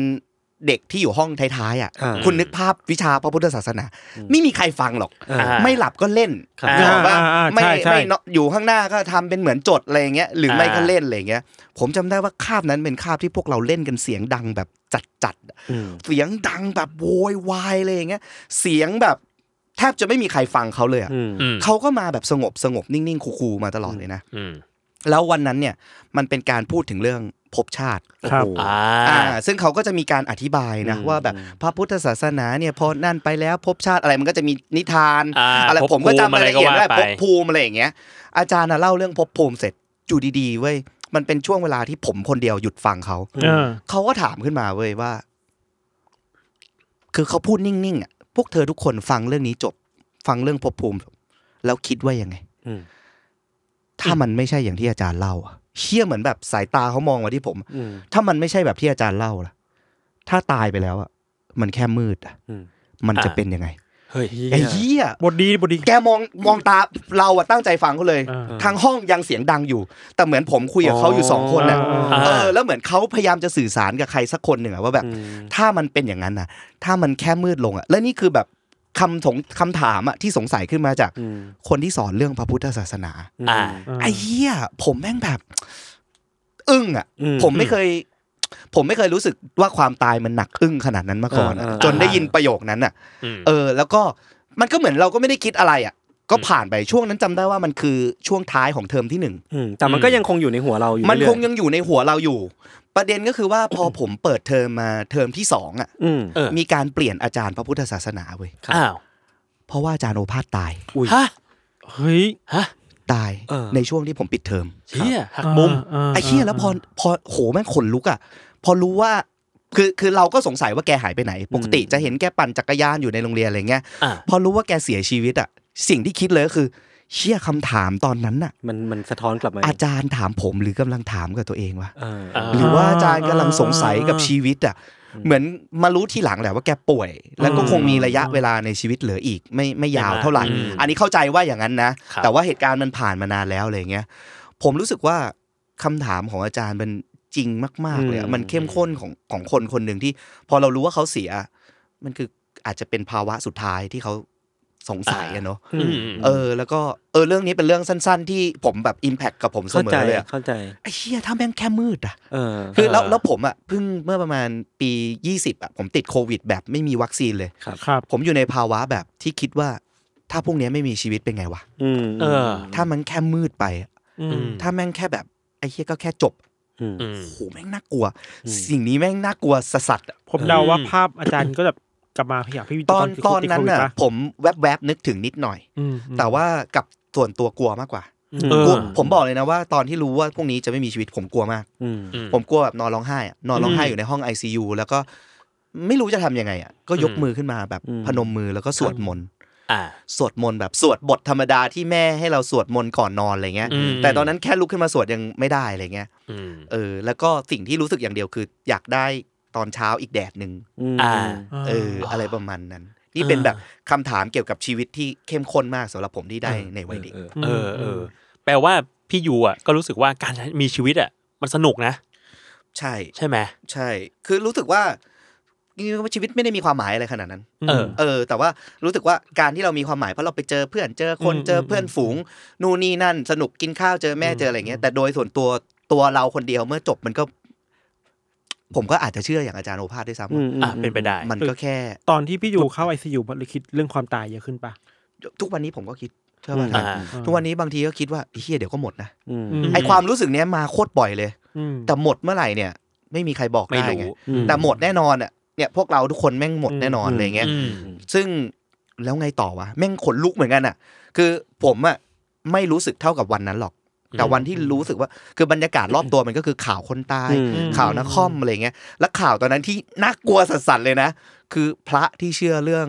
เด็กที่อยู่ห้องท้ายๆอ่ะ อ่า คุณนึกภาพวิชาพระพุทธศาสนา ไม่มีใครฟังหรอก อ่า อ่า ไม่หลับก็เล่น ครับ นึกออกปะ อ่าอ่า ไม่ ใช่ใช่ ไม่เนาะอยู่ข้างหน้าก็ทำเป็นเหมือนจดอะไรอย่างเงี้ยหรือไม่ก็เล่นอะไรอย่างเงี้ย ผมจำได้ว่าคาบนั้นเป็นคาบที่พวกเราเล่นกันเสียงดังแบบจัดจัดๆ อืม เสียงดังแบบโวยวายอะไรอย่างเงี้ย เสียงแบบ แทบจะไม่มีใครฟังเขาเลยอะ อืม อืม เขาก็มาแบบสงบสงบนิ่งๆคูลๆมาตลอดเลยนะ อืม แล้ววันนั้นเนี่ยมันเป็นการพูดถึงเรื่องภพชาติ ครับ อ่า อ่าซึ่งเขาก็จะมีการอธิบายนะ อืม ว่าแบบพระพุทธศาสนาเนี่ยพอนั่นไปแล้วภพชาติอะไรมันก็จะมีนิทาน อ่า ไร ภพ ผมก็จำรายละเอียด ภูมิอะไรก็ว่า ได้ ไป ภพภูมิอะไรอย่างเงี้ยอาจารย์น่ะเล่าเรื่องภพภูมิเสร็จอยู่ดีๆเว้ยมันเป็นช่วงเวลาที่ผมคนเดียวหยุดฟังเขา เออ เขาก็ถามขึ้นมาเว้ยว่า คือเขาพูดนิ่งๆอ่ะพวกเธอทุกคนฟังเรื่องนี้จบ ฟังเรื่องภพภูมิจบแล้วคิดว่ายังไง อืม ถ้ามันไม่ใช่อย่างที่อาจารย์เล่าอะเชี่ยเหมือนแบบสายตาเขามองมาที่ผม อืม ถ้ามันไม่ใช่แบบที่อาจารย์เล่าล่ะ ถ้าตายไปแล้วอ่ะ มันแค่มืดอ่ะ อืม มันจะ อ่ะ เป็นยังไง เฮ้ย ไอ้เหี้ย บทดีบทดี แกมองมองตาเราอะตั้งใจฟังเขาเลย อ่า ทางห้องยังเสียงดังอยู่ แต่เหมือนผมคุยกับเขาอยู่สองคนน่ะ อ่า เออ แล้วเหมือนเขาพยายามจะสื่อสารกับใครสักคนหนึ่งอะว่าแบบ อืม ถ้ามันเป็นอย่างนั้นนะถ้ามันแค่มืดลงอะและนี่คือแบบคำถงคำถามอะที่สงสัยขึ้นมาจาก อืม คนที่สอนเรื่องพระพุทธศาสนา อ่า า ไอ้เหี้ยผมแม่งแบบ อึ้งอ่ะ อืม ผมไม่เคย ผมไม่เคยรู้สึกว่าความตายมันหนักอึ้งขนาดนั้นมาก่อนอะ อ่าอ่า จนได้ยินประโยคนั้นอ่ะ ม เออ แล้วก็มันก็เหมือนเราก็ไม่ได้คิดอะไรอ่ะ ก็ผ่านไปช่วงนั้นจำได้ว่ามันคือช่วงท้ายของเทอมที่หนึ่ง อืมแต่มันก็ยังคงอยู่ในหัวเราอยู่ มัน เรื่อ ค ยๆ งยังอยู่ในหัวเราอยู่ ประเด็นก็คือว่าพอผมเปิดเทอมมาเทอมที่สองอ่ะ อืม เออ มีการเปลี่ยนอาจารย์พระพุทธศาสนาเว้ย ครับ อ้าว เพราะว่าอาจารย์โอภาสตาย อุ้ย ฮะ เฮ้ย ฮะ ตาย เออ ในช่วงที่ผมปิดเทอม เฮียหักมุม าา ไอ้เชี่ยแล้วพอพอโหแม่งขนลุกอ่ะพอรู้ว่าคือคือเราก็สงสัยว่าแกหายไปไหน ปกติจะเห็นแกปั่นจักรยานอยู่ในโรงเรียนอะไรเงี้ย อ่า พอรู้ว่าแกเสียชีวิตอ่ะสิ่งที่คิดเลยก็คือ เชี่ยคำถามตอนนั้นน่ะ มันมันสะท้อนกลับมา อาจารย์ถามผมหรือกำลังถามกับตัวเองวะ เออ อ่า หรือว่าอาจารย์กำลังสงสัยกับชีวิตอ่ะเหมือนมารู้ทีหลังแหละว่าแกป่วย แล้วก็คงมีระยะเวลาในชีวิตเหลืออีก ไม่ไม่ยาวเท่าไหร่ อืม อันนี้เข้าใจว่าอย่างนั้นนะ ครับ แต่ว่าเหตุการณ์มันผ่านมานานแล้วอะไรเงี้ย ผมรู้สึกว่าคำถามของอาจารย์มันจริงมากๆเลยอะ อืม มันเข้มข้นของของคนคนหนึ่งที่ พอเรารู้ว่าเขาเสีย มันคืออาจจะเป็นภาวะสุดท้ายที่เขาสงสัยอะเนาะ อืม เออ แล้วก็เออเรื่องนี้เป็นเรื่องสั้น ๆ ที่ผมแบบอิมแพคกับผมเส เข้ามใจ อเลยอะ เข้าใจ ไอ้เชี่ยถ้าแม่งแค่มืดอะ เออ คือแล้ว เออ แล้วผมอ่ะเพิ่งเมื่อประมาณปี 20อ่ะผมติดโควิดแบบไม่มีวัคซีนเลย ครับ ผมอยู่ในภาวะแบบที่คิดว่า ถ้าพรุ่งนี้ไม่มีชีวิตเป็นไงวะ อืม เออ ถ้ามันแค่มืดไปอะ อืม ถ้าแม่งแค่แบบไอ้เฮียก็แค่จบ อืม อืม โอ้โหแม่งน่ากลัว อืม สิ่งนี้แม่งน่ากลัวสัสๆอะ ผมเดาว่า อืม ภาพอาจารย์ก็แบบกลับมาพยายามพี่วิทย์ ตอนตอนนั้น โควิด น่ะ ปะ ผมแวบๆนึกถึงนิดหน่อย อืมอืม แต่ว่ากับส่วนตัวกลัวมากกว่า อืม เออ กลัวผมบอกเลยนะว่าตอนที่รู้ว่าพรุ่งนี้จะไม่มีชีวิตผมกลัวมาก อืม อืม ผมกลัวแบบนอนร้องไห้อะนอนร้องไห้ อืม อยู่ในห้อง ICU แล้วก็ไม่รู้จะทำยังไงอ่ะก็ยก อืม มือขึ้นมาแบบ อืม พนมมือแล้วก็สวดมนต์ อ่า สวดมนต์แบบสวดบทธรรมดาที่แม่ให้เราสวดมนต์ก่อนนอนอะไรเงี้ย อืม แต่ตอนนั้นแค่ลุกขึ้นมาสวดยังไม่ได้อะไรเงี้ย อืม เออแล้วก็สิ่งที่รู้สึกอย่างเดียวคือ อยากได้ตอนเช้าอีกแดดหนึ่ง อืม อ่า า เอออะไรประมาณนั้น นี่เป็นแบบคำถามเกี่ยวกับชีวิตที่เข้มข้นมากสำหรับผมที่ได้ในวัยเด็ก เออเออ แปลว่าพี่ยูอ่ะก็รู้สึกว่าการมีชีวิตอ่ะมันสนุกนะ ใช่ ใช่ไหม ใช่ คือรู้สึกว่าจริงๆว่าชีวิตไม่ได้มีความหมายอะไรขนาดนั้น เออ เออแต่ว่ารู้สึกว่าการที่เรามีความหมายเพราะเราไปเจอเพื่อนเจอคน อืม เจอเพื่อนฝูง นู่นนี่นั่น สนุกกินข้าวเจอแม่ อืม เจออะไรเงี้ยแต่โดยส่วนตัวตัวเราคนเดียวเมื่อจบมันก็ ผมก็อาจจะเชื่ออย่างอาจารย์โอภาสด้วยซ้ำ อื ว่าม ม อ่ะเป็นไปได้ มันก็แค่ ตอนที่พี่อยู่เข้าไอซียูมันเลยคิดเรื่องความตายเยอะขึ้นปะ ทุกวันนี้ผมก็คิดเชื่อว่า อ่า ทุกวันนี้บางทีก็คิดว่าไอ้เฮียเดี๋ยวก็หมดนะ อืม ม ไอความรู้สึกเนี้ยมาโคตรบ่อยเลย อืม แต่หมดเมื่อไหร่เนี่ย ไม่มีใครบอก ไม่ ได้ รู้ ไง อืม แต่หมดแน่นอนอ่ะเนี่ยพวกเราทุกคนแม่งหมดแน่นอน อืม อะไรเงี้ย อืม ซึ่งแล้วไงต่อวะแม่งขนลุกเหมือนกันอ่ะ คือผมอ่ะไม่รู้สึกเท่ากับวันนั้นหรอก แต่ อืม วันที่รู้สึกว่าคือบรรยากาศรอบตัวมันก็คือข่าวคนตาย อืม ข่าวนักคอมอะไรเงี้ยแล้วข่าวตอนนั้นที่น่ากลัวสัสๆเลยนะ คือพระที่เชื่อเรื่อง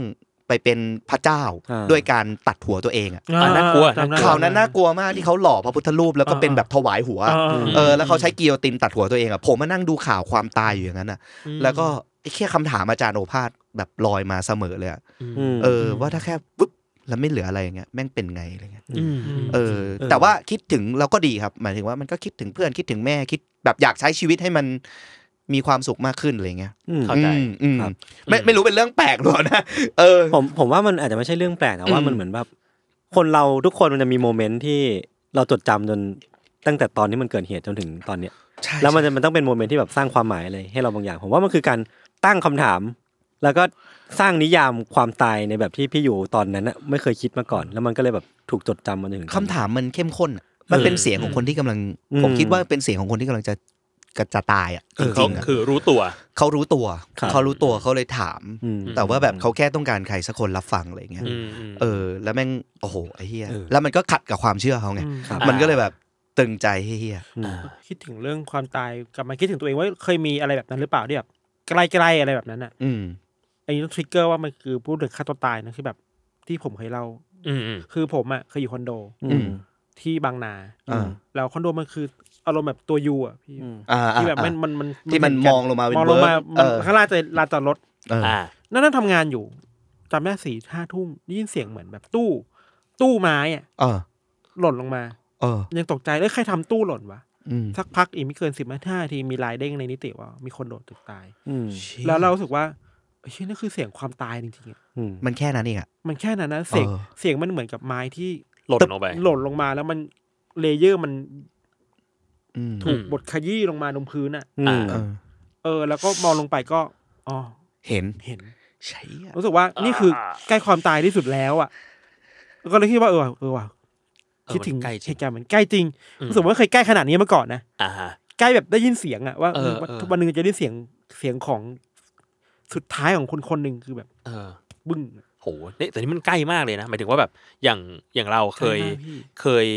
ไปเป็นพระเจ้า อ่า ด้วยการตัดหัวตัวเองอ่ะ อ่าน่ากลัว จำได้ ข่าวนั้นน่ากลัวมากที่เขาหล่อพระพุทธรูปแล้วก็เป็นแบบถวายหัว อ่า เออแล้วเขาใช้กิโยตินตัดหัวตัวเองอ่ะผมมานั่งดูข่าวความตายอยู่อย่างนั้นอ่ะ แล้วก็ไอ้แค่คำถามอาจารย์โอภาสแบบลอยมาเสมอเลยอะ อืม เออว่าถ้าแค่ปุ๊บแล้วไม่เหลืออะไรอย่างเงี้ยแม่งเป็นไงอะไรเงี้ย อืม เออ เออ แต่ว่าคิดถึงเราก็ดีครับ หมายถึงว่ามันก็คิดถึงเพื่อนคิดถึงแม่คิดแบบอยากใช้ชีวิตให้มันมีความสุขมากขึ้นอะไรเงี้ย อืม เข้าใจ อืมอืม ครับ ไม่ อืม ไม่รู้เป็นเรื่องแปลกหรอกนะเออ ผมผมว่ามันอาจจะไม่ใช่เรื่องแปลกแต่ว่า อืม มันเหมือนแบบ คนเราทุกคนมันจะมีโมเมนต์ที่เราจดจำจนตั้งแต่ตอนที่มันเกิดเหตุจนถึงตอนเนี้ย ใช่ แล้วมันจะมันต้องเป็นโมเมนต์ที่แบบสร้างความหมายอะไรให้เราบางอย่าง ผมว่ามันคือการตั้งคำถาม แล้วก็สร้างนิยามความตายในแบบที่พี่อยู่ตอนนั้นน่ะไม่เคยคิดมาก่อน แล้วมันก็เลยแบบถูกจดจำมาจนถึงตอนนี้ คำถามมันเข้มข้นอะมันเป็นเสียงของคนที่กำลัง ผม อืม คิดว่าเป็นเสียงของคนที่กำลังจะกระจะตายอ่ะจ คือเขา ริงๆอะ คือรู้ตัว เขารู้ตัว ครับ เขารู้ตัวเขาเลยถาม อืม แต่ว่าแบบเขาแค่ต้องการใครสักคนรับฟังอะไรเงี้ย อืมอืม เออ แล้วแม่งโอ้โหไอ้เฮีย เออ แล้วมันก็ขัดกับความเชื่อเขาไง อืม ครับ มันก็เลยแบบตึงใจเฮีย อืม คิดถึงเรื่องความตายกลับมาคิดถึงตัวเองว่าเคยมีอะไรแบบนั้นหรือเปล่าที่แบบไกลๆอะไรแบบนั้นอ่ะ ๆอืม อันนี้ต้องทริกเกอร์ว่ามันคือพูดถึงฆ่าตัวตายนะคือแบบที่ผมเคยเล่า อืมอืม คือผมอ่ะเคยอยู่คอนโด อืม ที่บางนา อ่า แล้วคอนโดมันคืออารมณ์แบบตัวยูอ่ะพี่ อืม อ่า ที่แบบมัน อ่า มันมัน ที่มัน เหกั มองลงมาเป็น มองลงมา เวิร์กเออ มันข้างล่างจะลานจอดรถ เอออ อ่า นั่นนั่งทำงานอยู่จำได้สี่ห้าทุ่มได้ยินเสียงเหมือนแบบตู้ ตู้ไม้อะ เออ หล่นลงมา เออ ยังตกใจเอ้ยใครทำตู้หล่นวะ อืม สักพักอีกไม่เกินสิบนาทีทีมีลายเด้งในนิติว่า มีคนโดดตึกตาย อืม แล้วเรารู้สึกว่าเฮ้ยนั่นคือเสียงความตายจริงๆอะ อืม มันแค่นั้นเองอะ มันแค่นั้นนะเสียง เออ เสียงมันเหมือนกับไม้ที่ หล่นลงไป หล่นลงมาแล้วมันเลเยอร์มัน อืม ถูก อืม บดขยี้ลงมาลงพื้นอ่ะ อืม เออ เออ แล้วก็มองลงไปก็อ๋อ เห็น เห็น ใช่อะ รู้สึกว่านี่คือใกล้ความตายที่สุดแล้วอ่ะก็เลยคิดว่าเออว่ะเออว่ะ เออ คิดถึง มันใกล้จริง เหตุการณ์เหมือนใกล้จริงรู้สึกว่าเคยใกล้ขนาดนี้มาก่อนนะ อ่าฮะ ใกล้แบบได้ยินเสียงอ่ะว่า เออ วัน เออ วันหนึ่งจะได้เสียงเสียงของสุดท้ายของคนคนหนึ่งคือแบบ เออ บึ้ง โหเนี่ยแต่นี่มันใกล้มากเลยนะหมายถึงว่าแบบอย่างอย่างเราเคย ใกล้มากพี่ เคย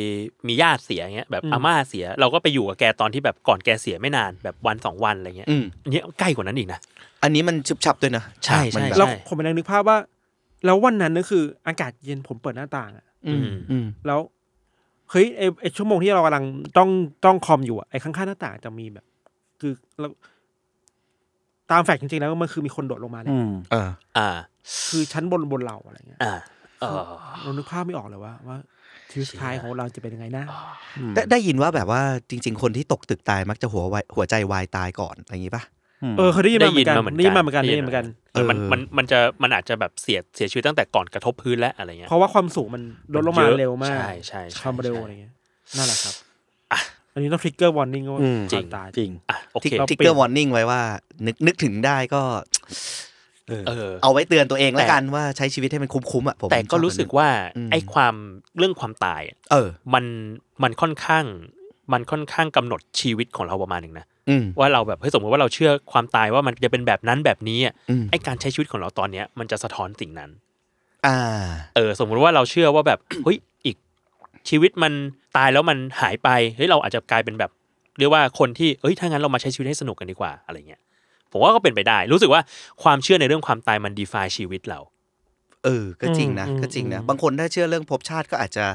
มีญาติเสียอย่างเงี้ยแบบ อืม อาม่าเสีย เราก็ไปอยู่กับแกตอนที่แบบก่อนแกเสียไม่นานแบบวันสองวันอะไรเงี้ย อืม อันเนี้ยใกล้กว่านั้นอีกนะ อันนี้มันชุบชับด้วยนะ ใช่ ฉากมัน ใช่ แบบ แล้วผมกำลังนึกภาพว่า แล้ววันนั้นก็คืออากาศเย็นผมเปิดหน้าต่างอ่ะ อืมอืม แล้วเฮ้ยไอ้ไอ้ชั่วโมงที่เรากำลังต้องต้องคอมอยู่อะไอ้ข้างๆหน้าต่างจะมีแบบ คือเราตามแฟกต์จริงๆแล้วมันคือมีคนโดดลงมาแหละ อืม เออ อ่า คือชั้นบนบนเราอะไรเงี้ย อ่าเออ เรานึกภาพไม่ออกเลยว่าว่าชีวิตสุดท้ายของเราจะเป็นยังไงนะ ได้ได้ยินว่าแบบว่าจริง ๆ คนที่ตกตึกตายมักจะหัววายหัวใจวายตายก่อนอะไรอย่างงี้ป่ะ เออเคยได้ยินมาเหมือนกัน ได้ยิได้นยิน มา มา เห เห มื มื อกัอน นกัน นได้ยินเหมือนกัน เออ มันมันมันจะมันอาจจะแบบเสียเสียชีวิตตั้งแต่ก่อนกระทบพื้นและอะไรเงี้ย เพราะว่าความสูงมันลดลงมา เยอะ เร็วมาก ใช่ใช่ใช่ ความเร็วอะไร ใช่ เงี้ยนั่นแหละครับอันนี้ต้องทริกเกอร์วอร์นิ่งว่า อืม จริง ความตาย จริง อ่ะโอเค ทิกทิกเกอร์วอร์นิ่งไว้ว่า นึกนึกถึงได้ก็ เออ เอาไว้เตือนตัวเองแล้วกันว่าใช้ชีวิตให้มันคุ้มๆอ่ะผม แต่ก็รู้สึกว่า อืม ไอ้ความเรื่องความตายอะ เออ มันมันค่อนข้าง มันค่อนข้างกำหนดชีวิตของเราประมาณหนึ่งนะ อืม ว่าเราแบบเฮ้ยสมมติว่าเราเชื่อความตายว่ามันจะเป็นแบบนั้นแบบนี้อะ อืม ไอการใช้ชีวิตของเราตอนเนี้ยมันจะสะท้อนสิ่งนั้น อ่า เออสมมุติว่าเราเชื่อว่าแบบ เฮ้ยอีกชีวิตมันตายแล้วมันหายไปเฮ้ยเราอาจจะกลายเป็นแบบ เรียกว่าคนที่เฮ้ยถ้างั้นเรามาใช้ชีวิตให้สนุกกันดีกว่าอะไรเงี้ยผมว่าก็เป็นไปได้ รู้สึกว่าความเชื่อในเรื่องความตายมันดีฟายชีวิตเรา เออ ก็จริงนะ อืม ก็จริงนะ อืม บางคนถ้าเชื่อเรื่องภพชาติก็อาจจะ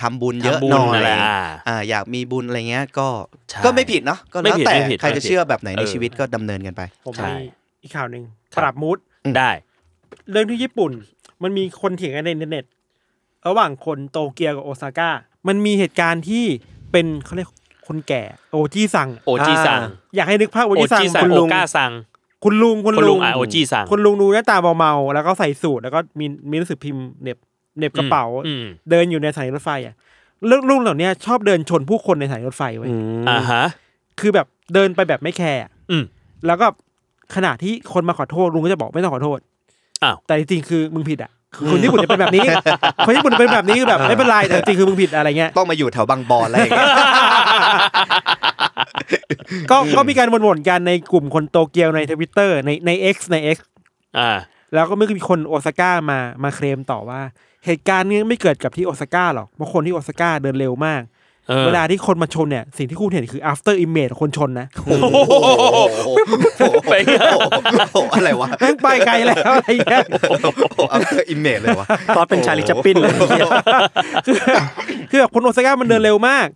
ทำบุญเยอะ ทำบุญ หน่อย อะไรอ่า อ่า อยากมีบุญอะไรเงี้ย ก็ ใช่ ก็ไม่ผิดเนาะ ก็แล้ว ไม่ผิด แต่ ไม่ผิด ใครจะเชื่อแบบไหนใน เออ ชีวิตก็ดำเนินกันไป ผม ใช่ มีอีกข่าวหนึ่งปรับมูด ได้ เรื่องที่ญี่ปุ่น มันมีคนเถียงกันในอินเทอร์เน็ตระหว่างคนโตเกียวกับโอซาก้ามันมีเหตุการณ์ที่เป็นเขาเรียกคนแก่โอจีสั่ง โอจีซัง อยากให้นึกภาพโอ โอ จีสั่จีซังงคุณ โอ ลุง ก้าซัง คุณลุงคุณ คน ลุ ลุ ง งอ่ะโอจีซัง คุณลุงดูหน้าตาเมาๆแล้วก็ใส่สูทแล้วก็มีมีหนังสือพิมพ์เหน็บเหน็บกระเป๋า อืม เดินอยู่ในสถายรถไฟอ่ะเรื่องลุงเหล่าเนี้ยชอบเดินชนผู้คนในสถายรถไฟไว้ย อ่าฮะ คือแบบเดินไปแบบไม่แคร์อะ อืม แล้วก็ขณะที่คนมาขอโทษลุงก็จะบอกไม่ต้องขอโทษ อ้าว แต่จริงๆคือมึงผิดอ่ะคือคนญี่ปุ่นจะเป็นแบบนี้ คนญี่ปุ่นเป็นแบบนี้คือ แบบไม่เป็นไรแต่จริงๆคือมึงผิดอะไรเงี้ย ต้องมาอยู่แถวบางบอนอะไรอย่างเงี้ย ก็ก็มีการบ่นๆกันในกลุ่มคนโตเกียวในทวิตเตอร์ในใน X ใน X อ่า แล้วก็ไม่มีคนโอซาก้ามามาเคลมต่อว่า เหตุการณ์นี้ไม่เกิดกับที่โอซาก้าหรอกเพราะคนที่โอซาก้าเดินเร็วมาก เออ เวลาที่คนมาชนเนี่ย สิ่งที่คุณเห็นคือ after image ของคนชนนะ โอ้โห ไป โอ้โหอะไรวะ แม่งไปไกลแล้วอะไรเงี้ย โอ้โหเอาอิมเมจเลยวะ ตอนเป็นชาลีแชปปินเลย คือคือแบบคนโอซาก้ามันเดินเร็วมาก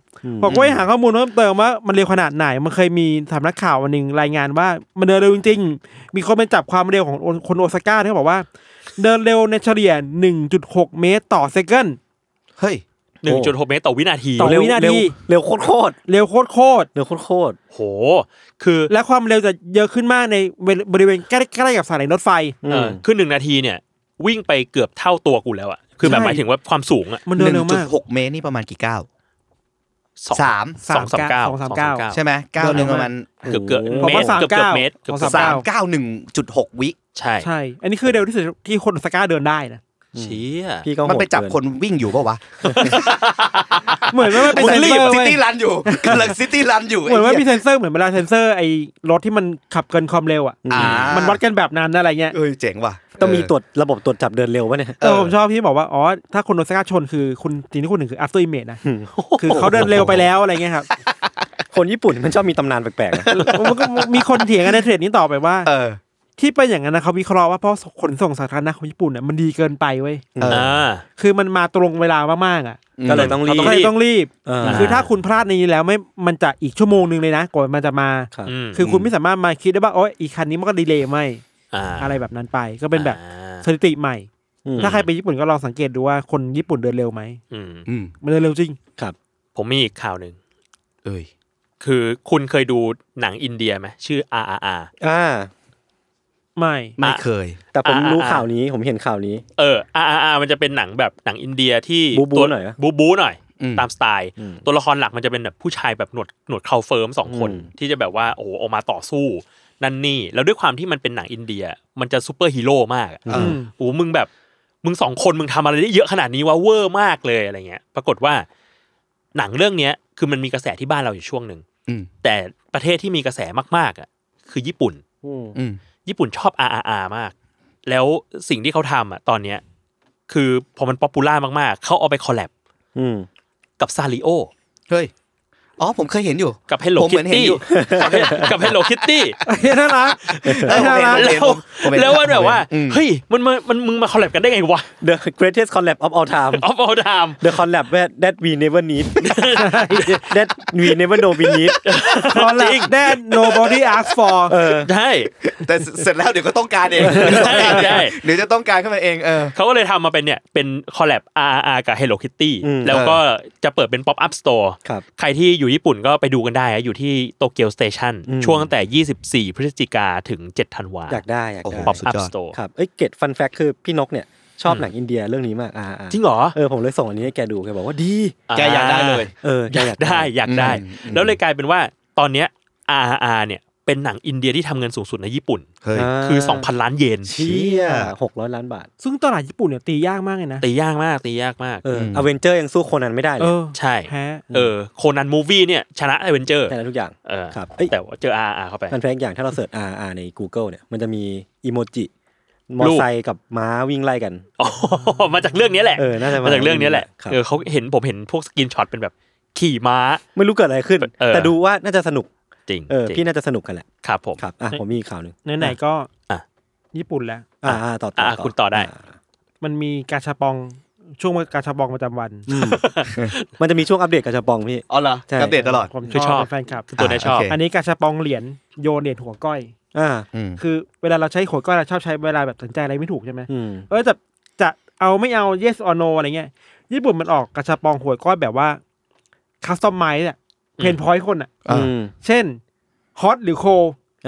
ผมก็ไปหาข้อมูลเพิ่มเติมว่ามันเร็วขนาดไหน มันเคยมีสำนักข่าววันหนึ่งรายงานว่า มันเดินเร็วจริงๆ มีคนไปจับความเร็วของคนโอซาก้าที่เขาบอกว่า เดินเร็วในเฉลี่ย 1.6 เมตรต่อเซก o n d เฮ้ย หนึ่งจุดหกเมตรต่อวินาที ต่อ เร็ว วินาเร็ทีวเร็วโคตรโคตร เร็วโคตรโคตร ๆเร็วโคตรโคตร โห คือ และความเร็วจะเยอะขึ้นมากในเวลบริเวณใกล้ใกล้กับสถานีรถไฟ ๆอื เอ ม อคือหนึ่งนาทีเนี่ย วิ่งไปเกือบเท่าตัวกูแล้วอ่ะคือแบบ ใช่ หมายถึงว่าความสูงอ่ะ มัน ห เดิน นึ่ง เร็ว จุด มาก หกเมตรนี่ประมาณกี่ก้าว สอง สาม สองสามเก้า สองสามเก้า ใช่ไหมเก้าหนึ่งประมาณ เกือบเกือบ ผม เมต ว่าร สาม เกือบ เก้า เกือบเมตรเกือบ สาม เกือบ สามเก้าหนึ่งจุดหกวิ ใช่ ใช่ อันนี้คือเร็วที่สุดที่คนโอซาก้าเดินได้นะ เชี่ย พี่ก็โหด มันไปจับ เกิ คนวิ่งอยู่ปะวะ เหมือนว่ามันเป็นเซนเซอ ร์ ซิ เว้ย ตี้รันอยู่กำลังซิตี้รันอยู่ เหมือนว่า ไหี้ มี ย เซนเซอร์เหมือนเวลาเซนเซอร์ไอ้รถที่มันขับเกินความเร็วอ่ะ อ่า มันวัดกันแบบนั้นอะไรเงี้ย เอ้ยเจ๋งว่ะ ต้องมี เ ตรวจระบบตรวจจับเดินเร็ววะเนี่ย เออผมชอบที่บอกว่า อ๋อ ถ้าคนโอซาก้าชนคือคุณสิ่งที่คุณหนึ่งคือ after image นะ อืม คือเขาเดินเร็วไปแล้วอะไรเงี้ยครับ คนญี่ปุ่นมันชอบมีตำนานแปลกๆนะ มันก็มีคนเถียงกันในเทรดนี้ต่อไปว่า เออ ที่เป็นอย่างนั้นนะเขาวิเคราะห์ว่าเพราะขนส่งสาธารณะของญี่ปุ่นเนี่ยมันดีเกินไปเว้ย เออ อ่า คือมันมาตรงเวลามากๆอ่ะ ก็เลยต้องรีบ ก็เลยต้องรีบ เออ คือถ้าคุณพลาดในนี้แล้วไม่ มันจะอีกชั่วโมงหนึ่งเลยนะกว่ามันจะมา ครับ อืม คือคุณไม่สามารถมาคิดได้ว่าโอ๊ยอีกคันนี้มันก็ดีเลยไหม า อะไรแบบนั้นไป ก็เป็นแบบ อ่า สถิติใหม่ อืม ถ้าใครไปญี่ปุ่นก็ลองสังเกตดูว่าคนญี่ปุ่นเดินเร็วไหม อืม อืม มันเดินเร็วจริง ผมมีอีกข่าวหนึ่ง เอ้ย คือคุณเคยดูหนังอินเดียไหมชื่อ RRR อ่า ไม่ ไม่เคย แต่ผม อ่า รู้ข่าวนี้ผมเห็นข่าวนี้ เออ RRR มันจะเป็นหนังแบบหนังอินเดียที่ บู๊บู๊ ตัว หน่อยเหรอ บูบูหน่อย อืม ตามสไตล์ อืม ตัวละครหลักมันจะเป็นแบบผู้ชายแบบหนวดหนวดเคราเฟิร์มสองคน อืม ที่จะแบบว่าโอ้โหออกมาต่อสู้ นั่นนี่ แล้วด้วยความที่มันเป็นหนังอินเดีย มันจะซูเปอร์ฮีโร่มากอะ เอออ ม โอ้มึงแบบมึงสองคนมึงทำอะไรได้เยอะขนาดนี้วะเวอร์มากเลยอะไรเงี้ย ปรากฏว่า หนังเรื่องเนี้ยคือมันมีกระแสที่บ้านเราอยู่ช่วงหนึ่ง อืม แต่ประเทศที่มีกระแสมากๆอ่ะคือญี่ปุ่น อืม ญี่ปุ่นชอบ RRR มาก แล้วสิ่งที่เขาทำอ่ะตอนเนี้ยคือพอมันป๊อปปูล่ามากๆ เขาเอาไปคอลแลบ อืม กับซาริโอ เฮ้ย อ๋อ ผมเคยเห็นอยู่ กับ Hello ผมเหมือนเห็น Kitty อยู่ กับ Hello- กับ Hello Kitty น่ารัก เออผมเห็นผม แล้วเห็นผมเห็ แล้วมันแบบว่า อืม เฮ้ยมันมันมันมึงมาคอลแลบกันได้ไงวะ The greatest collab of all time ออฟออดาม The collab that that we never need that we never know we need คอลแลบแดน nobody ask for เออ ได้ แต่เสร็จแล้วเดี๋ยวก็ต้องการเอง ใช่ใช่ เดี๋ยวจะต้องการขึ้นมาเองเออ เขาก็เลยทำมาเป็นเนี่ย เป็นคอลแลบ RR กับ Hello Kitty อืม แล้วก็จะเปิดเป็น Pop Up Store ครับ ใครที่อยู่ญี่ปุ่นก็ไปดูกันได้อะอยู่ที่โตเกียวสเตชัน อืม ช่วงตั้งแต่ 24 พฤศจิกาถึง 7 ธันวา อยากได้อยาก โอ้โห ได้ ป๊อป สุด อัพ ยอด สโตร์ ครับเอ้ยเกตฟันแฟกคือพี่นกเนี่ย ชอบหนังอินเดียเรื่องนี้มากอ่าอ่า จริงเหรอ เออผมเลยส่งอันนี้ให้แกดูแกบอกว่าดี แกอยากได้เลย เออแก อยากได้อยากได้ อืมอืม แล้วเลยกลายเป็นว่าตอนเนี้ย RR เนี่ยเป็นหนังอินเดียที่ทำเงินสูงสุดในญี่ปุ่น เฮ้ย า คือ 2,000 ล้านเยน เชี่ยหกร้อยล้านบาท ซึ่งตลาดญี่ปุ่นเนี่ยตียากมากเลยนะ ตียากมากตียากมาก เออ ม อเวนเจอร์ยังสู้โคนันไม่ได้เล เอย อ ใช่ แพ้ เออโคนันมูวี่เนี่ยชนะเอเวนเจอร์ แต่ละทุกอย่าง เออ ครับเอ้ย แต่ว่าเจอ RR เข้าไป มันแปลกอย่างถ้าเราเสิร์ช R R ใน Google เนี่ยมันจะมีอีโมจิมอเตอร์ไซค์กับม้าวิ่งไล่กัน อ๋อ มาจากเรื่องนี้แหละ เออน่าจะมา มาจากเรื่องนี้แหละ ครับ เออเขาเห็นผมเห็นพวกสกินช็อตเป็นแบบขี่ม้า ไม่รู้เกิดอะไรขึ้น เออ แต่ดูว่าน่าจะสนุก จริง เออ จริง พี่น่าจะสนุกกันแหละ ครับผม ครับอ่ะผมมีอีกข่าวหนึ่ง ไหนๆก็ อ่ะ ญี่ปุ่นแล้ว อ่าอ่าต่อต่อ อ่ะ ต่อ คุณต่อได้ า มันมีกาชาปองช่วงกาชาปองประจำวัน มันจะมีช่วงอัปเดตกระชับปองพี่ อ๋อเหรอ ใช่ อัปเดตตลอด ผม คือ ช ช อ อ บบ เป็นแฟนคลับ คือตัวเนี้ยชอบ โอเค อันนี้กาชาปองเหรียญโยนเหรียญหัวก้อย อ่า อืม คือเวลาเราใช้หัวก้อยเราชอบใช้เวลาแบบตัดสินใจอะไรไม่ถูกใช่ไหม อืม เออจะจะเอาไม่เอา yes or no อะไรเงี้ย ญี่ปุ่นมันออกกาชาปองหัวก้อยแบบว่าคัสตอมไมซ์อะเพนพอยต์คนอะ อ่า อืม เช่นฮอตหรือโค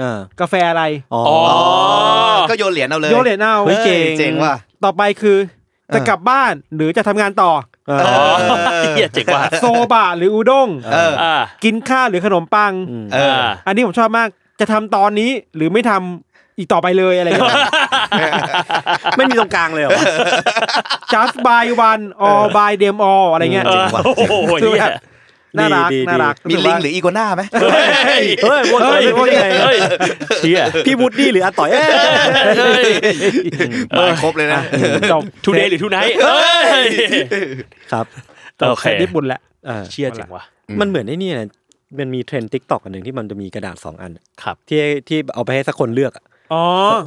อ่าก าแฟอะไร อ๋อ อ๋อ อ ก็โยนเหรียญเอาเลย โยนเหรียญเอา เฮ้ยเจ๋ง เจ๋ เจ๋ง ง ว่ะ ต่อไปคือจะ เออ กลับบ้านหรือจะทำงาน ต่อ เออ เออ เหี้ยเจ๋งว่ะ โซบะหรืออุด้ง เออ อ่า กินข้าวหรือขนมปัง ม เออ อันนี้ผมชอบมากจะทำตอนนี้หรือไม่ทำอีกต่อไปเลยอะไรเงี้ย ไม่มีตรงกลางเลยเหรอ just by one or by them all อะไรเงี้ย เออ ว่ะ โอ้โห คือ เนี่ยแบบ น่ารัก ดีดี น่ารัก มีลิงห รู้สึกว่า รืออีโกน่าไหม เฮ้ย เฮ้ยวนกลับ เฮ้ ไป ย เรื่อยๆ เฮ้ยเชี่ย พี่วูดดี้หรืออาต่อยเอ้ย เฮ้ย หมายครบเลยนะ จบ ทูเดย์หรือทูไนท์เฮ้ย ครับ จบ โอเค เสร็จญี่ปุ่นแหละ เออ เชี่ยเจ๋งว่ะ มันเหมือนไอ้นี่นะมันมีเทรนด์ทิกตอกอันหนึ่งที่มันจะมีกระดาษสองอัน ครับ ที่ที่เอาไปให้สักคนเลือกอะ อ๋อ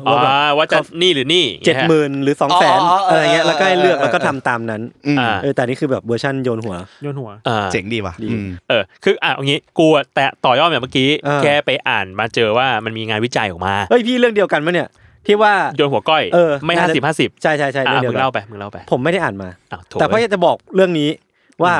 อ๋อว่าจะนี่หรือนี่ เจ็ดหมื่นหรือสองแสน อ๋ออ๋ออ๋ออ๋ออ๋ออะอ๋ออ๋ออ๋ออ๋ออ๋ออ๋ออ๋ออ๋ออ๋ออ๋ออ๋อไรเงี้ยแล้วก็ให้เลือกแล้วก็ทำตามนั้น อืม อ่า เออแต่นี่คือแบบเวอร์ชั่นโยนหัว โยนหัว อ่า เจ๋งดีว่ะ ดี อืม เออคืออ่ะเอางี้กูอะแต่ต่อยอดแบบเมื่อกี้ เออ แค่ไปอ่านมาเจอว่ามันมีงานวิจัยออกมา เฮ้ยพี่เรื่องเดียวกันปะเนี่ยที่ว่า โยนหัวก้อย เออ ไม่ น่า ห้า จะ สิบห้าสิบ ใช่ใช่ใช่ อ่ะ เรื่องเดียวมึง กั เล่าน ไปมึงเล่าไป ผมไม่ได้อ่านมา อ้าวโถ แต่ก็ เอ้ อย ยากจะบอกเรื่องนี้ว่า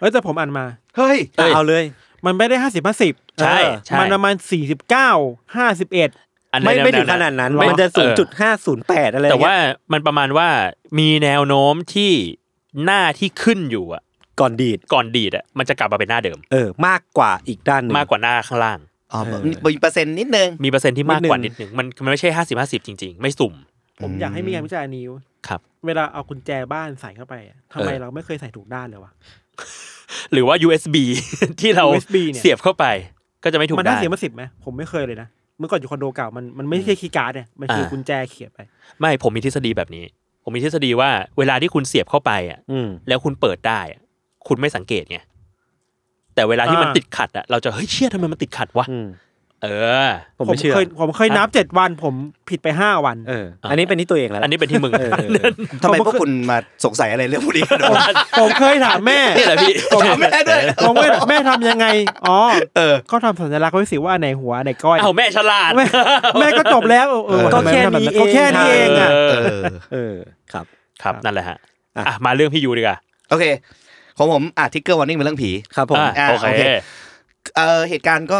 เอ้ยแต่ผมอ่านมา เฮ้ย เอ้ย เอาเลย มันไม่ได้ห้าสิบห้าสิบ ใช่ เออ ใช่ มันประมาณสี่สิบเก้าห้าสิบเอ็ด อัน ไม่ แวๆ ไม่ถึงขนาดนั้น ไม่ มันจะ เอ ศูน อ ย์จุดห้าศูนย์แปดอะไร แต่ เงี้ ว่าย มันประมาณว่ามีแนวโน้มที่หน้าที่ขึ้นอยู่อะ ก่อนดีด ก่อนดีดอ่ะมันจะกลับมาเป็นหน้าเดิม เออ มากกว่าอีกด้านหนึ่ง มากกว่าหน้าข้างล่าง อ๋อ เออ มีเปอร์เซ็นต์นิดนึง มีเปอร์เซ็นต์ที่มากกว่า นิ นิ ด ด นึ นึ ง งมันมันไม่ใช่ห้าสิบห้าสิบจริง ๆ ไม่สุ่ม ผมอยากให้มีงานวิจัยอันนี้เว้ย ครับ เวลาเอากุญแจบ้านใส่เข้าไปอะทำไม เออ เราไม่เคยใส่ถูกด้านเลยวะ หรือว่า USB ที่เรา USB เนี่ย เสียบเข้าไป ก็จะไม่ถูก มันได้ ด้าน เสียมาสิบไหมผมไม่เคยเลยนะเมื่อก่อนอยู่คอนโดเก่ามันมันไม่ใช่คีย์การ์ดเนี่ยมันคือ อ่า กุญแจเขียนไป ไม่ผมมีทฤษฎีแบบนี้ ผมมีทฤษฎีว่าเวลาที่คุณเสียบเข้าไปอ่ะ อืม แล้วคุณเปิดได้อะคุณไม่สังเกตไงแต่เวลาที่มัน อ่า ติดขัดอ่ะเราจะเฮ้ยเชี่ยทำไมมันติดขัดวะ อืม เออ ผมไม่เชื่อ เคยผมเคยนับเจ็ดวันผมผิดไปห้าวัน เออ อันนี้เป็นที่ตัวเองแล้ว อันนี้เป็นที่มึง เออ ทำไมพวกคุณมาสงสัยอะไรเรื่องพวกนี้กันวะ ผมเคยถามแม่ นี่แหละพี่ ถามแม่ด้วย ผมก็เลยบอกแม่ทำยังไง อ๋อ เออ ก็ทำสัญลักษณ์ไว้สิว่าอันไหนหัวอันไหนก้อย เอาแม่ฉลาด แม่แม่ก็จบแล้วเออเออ ก็แค่นี้เอง ก็แค่นี้เองอ่ะ เอ เอ อ อ เออ ครับ ครับนั่นแหละฮะ อ่ะ อ่ะมาเรื่องพี่ยูดีกว่า โอเค ของผมอ่ะทิกเกอร์วันนิ่งเป็นเรื่องผี ครับผม อ่ะ อ่ะ โอเค โอเค เออเหตุการณ์ก็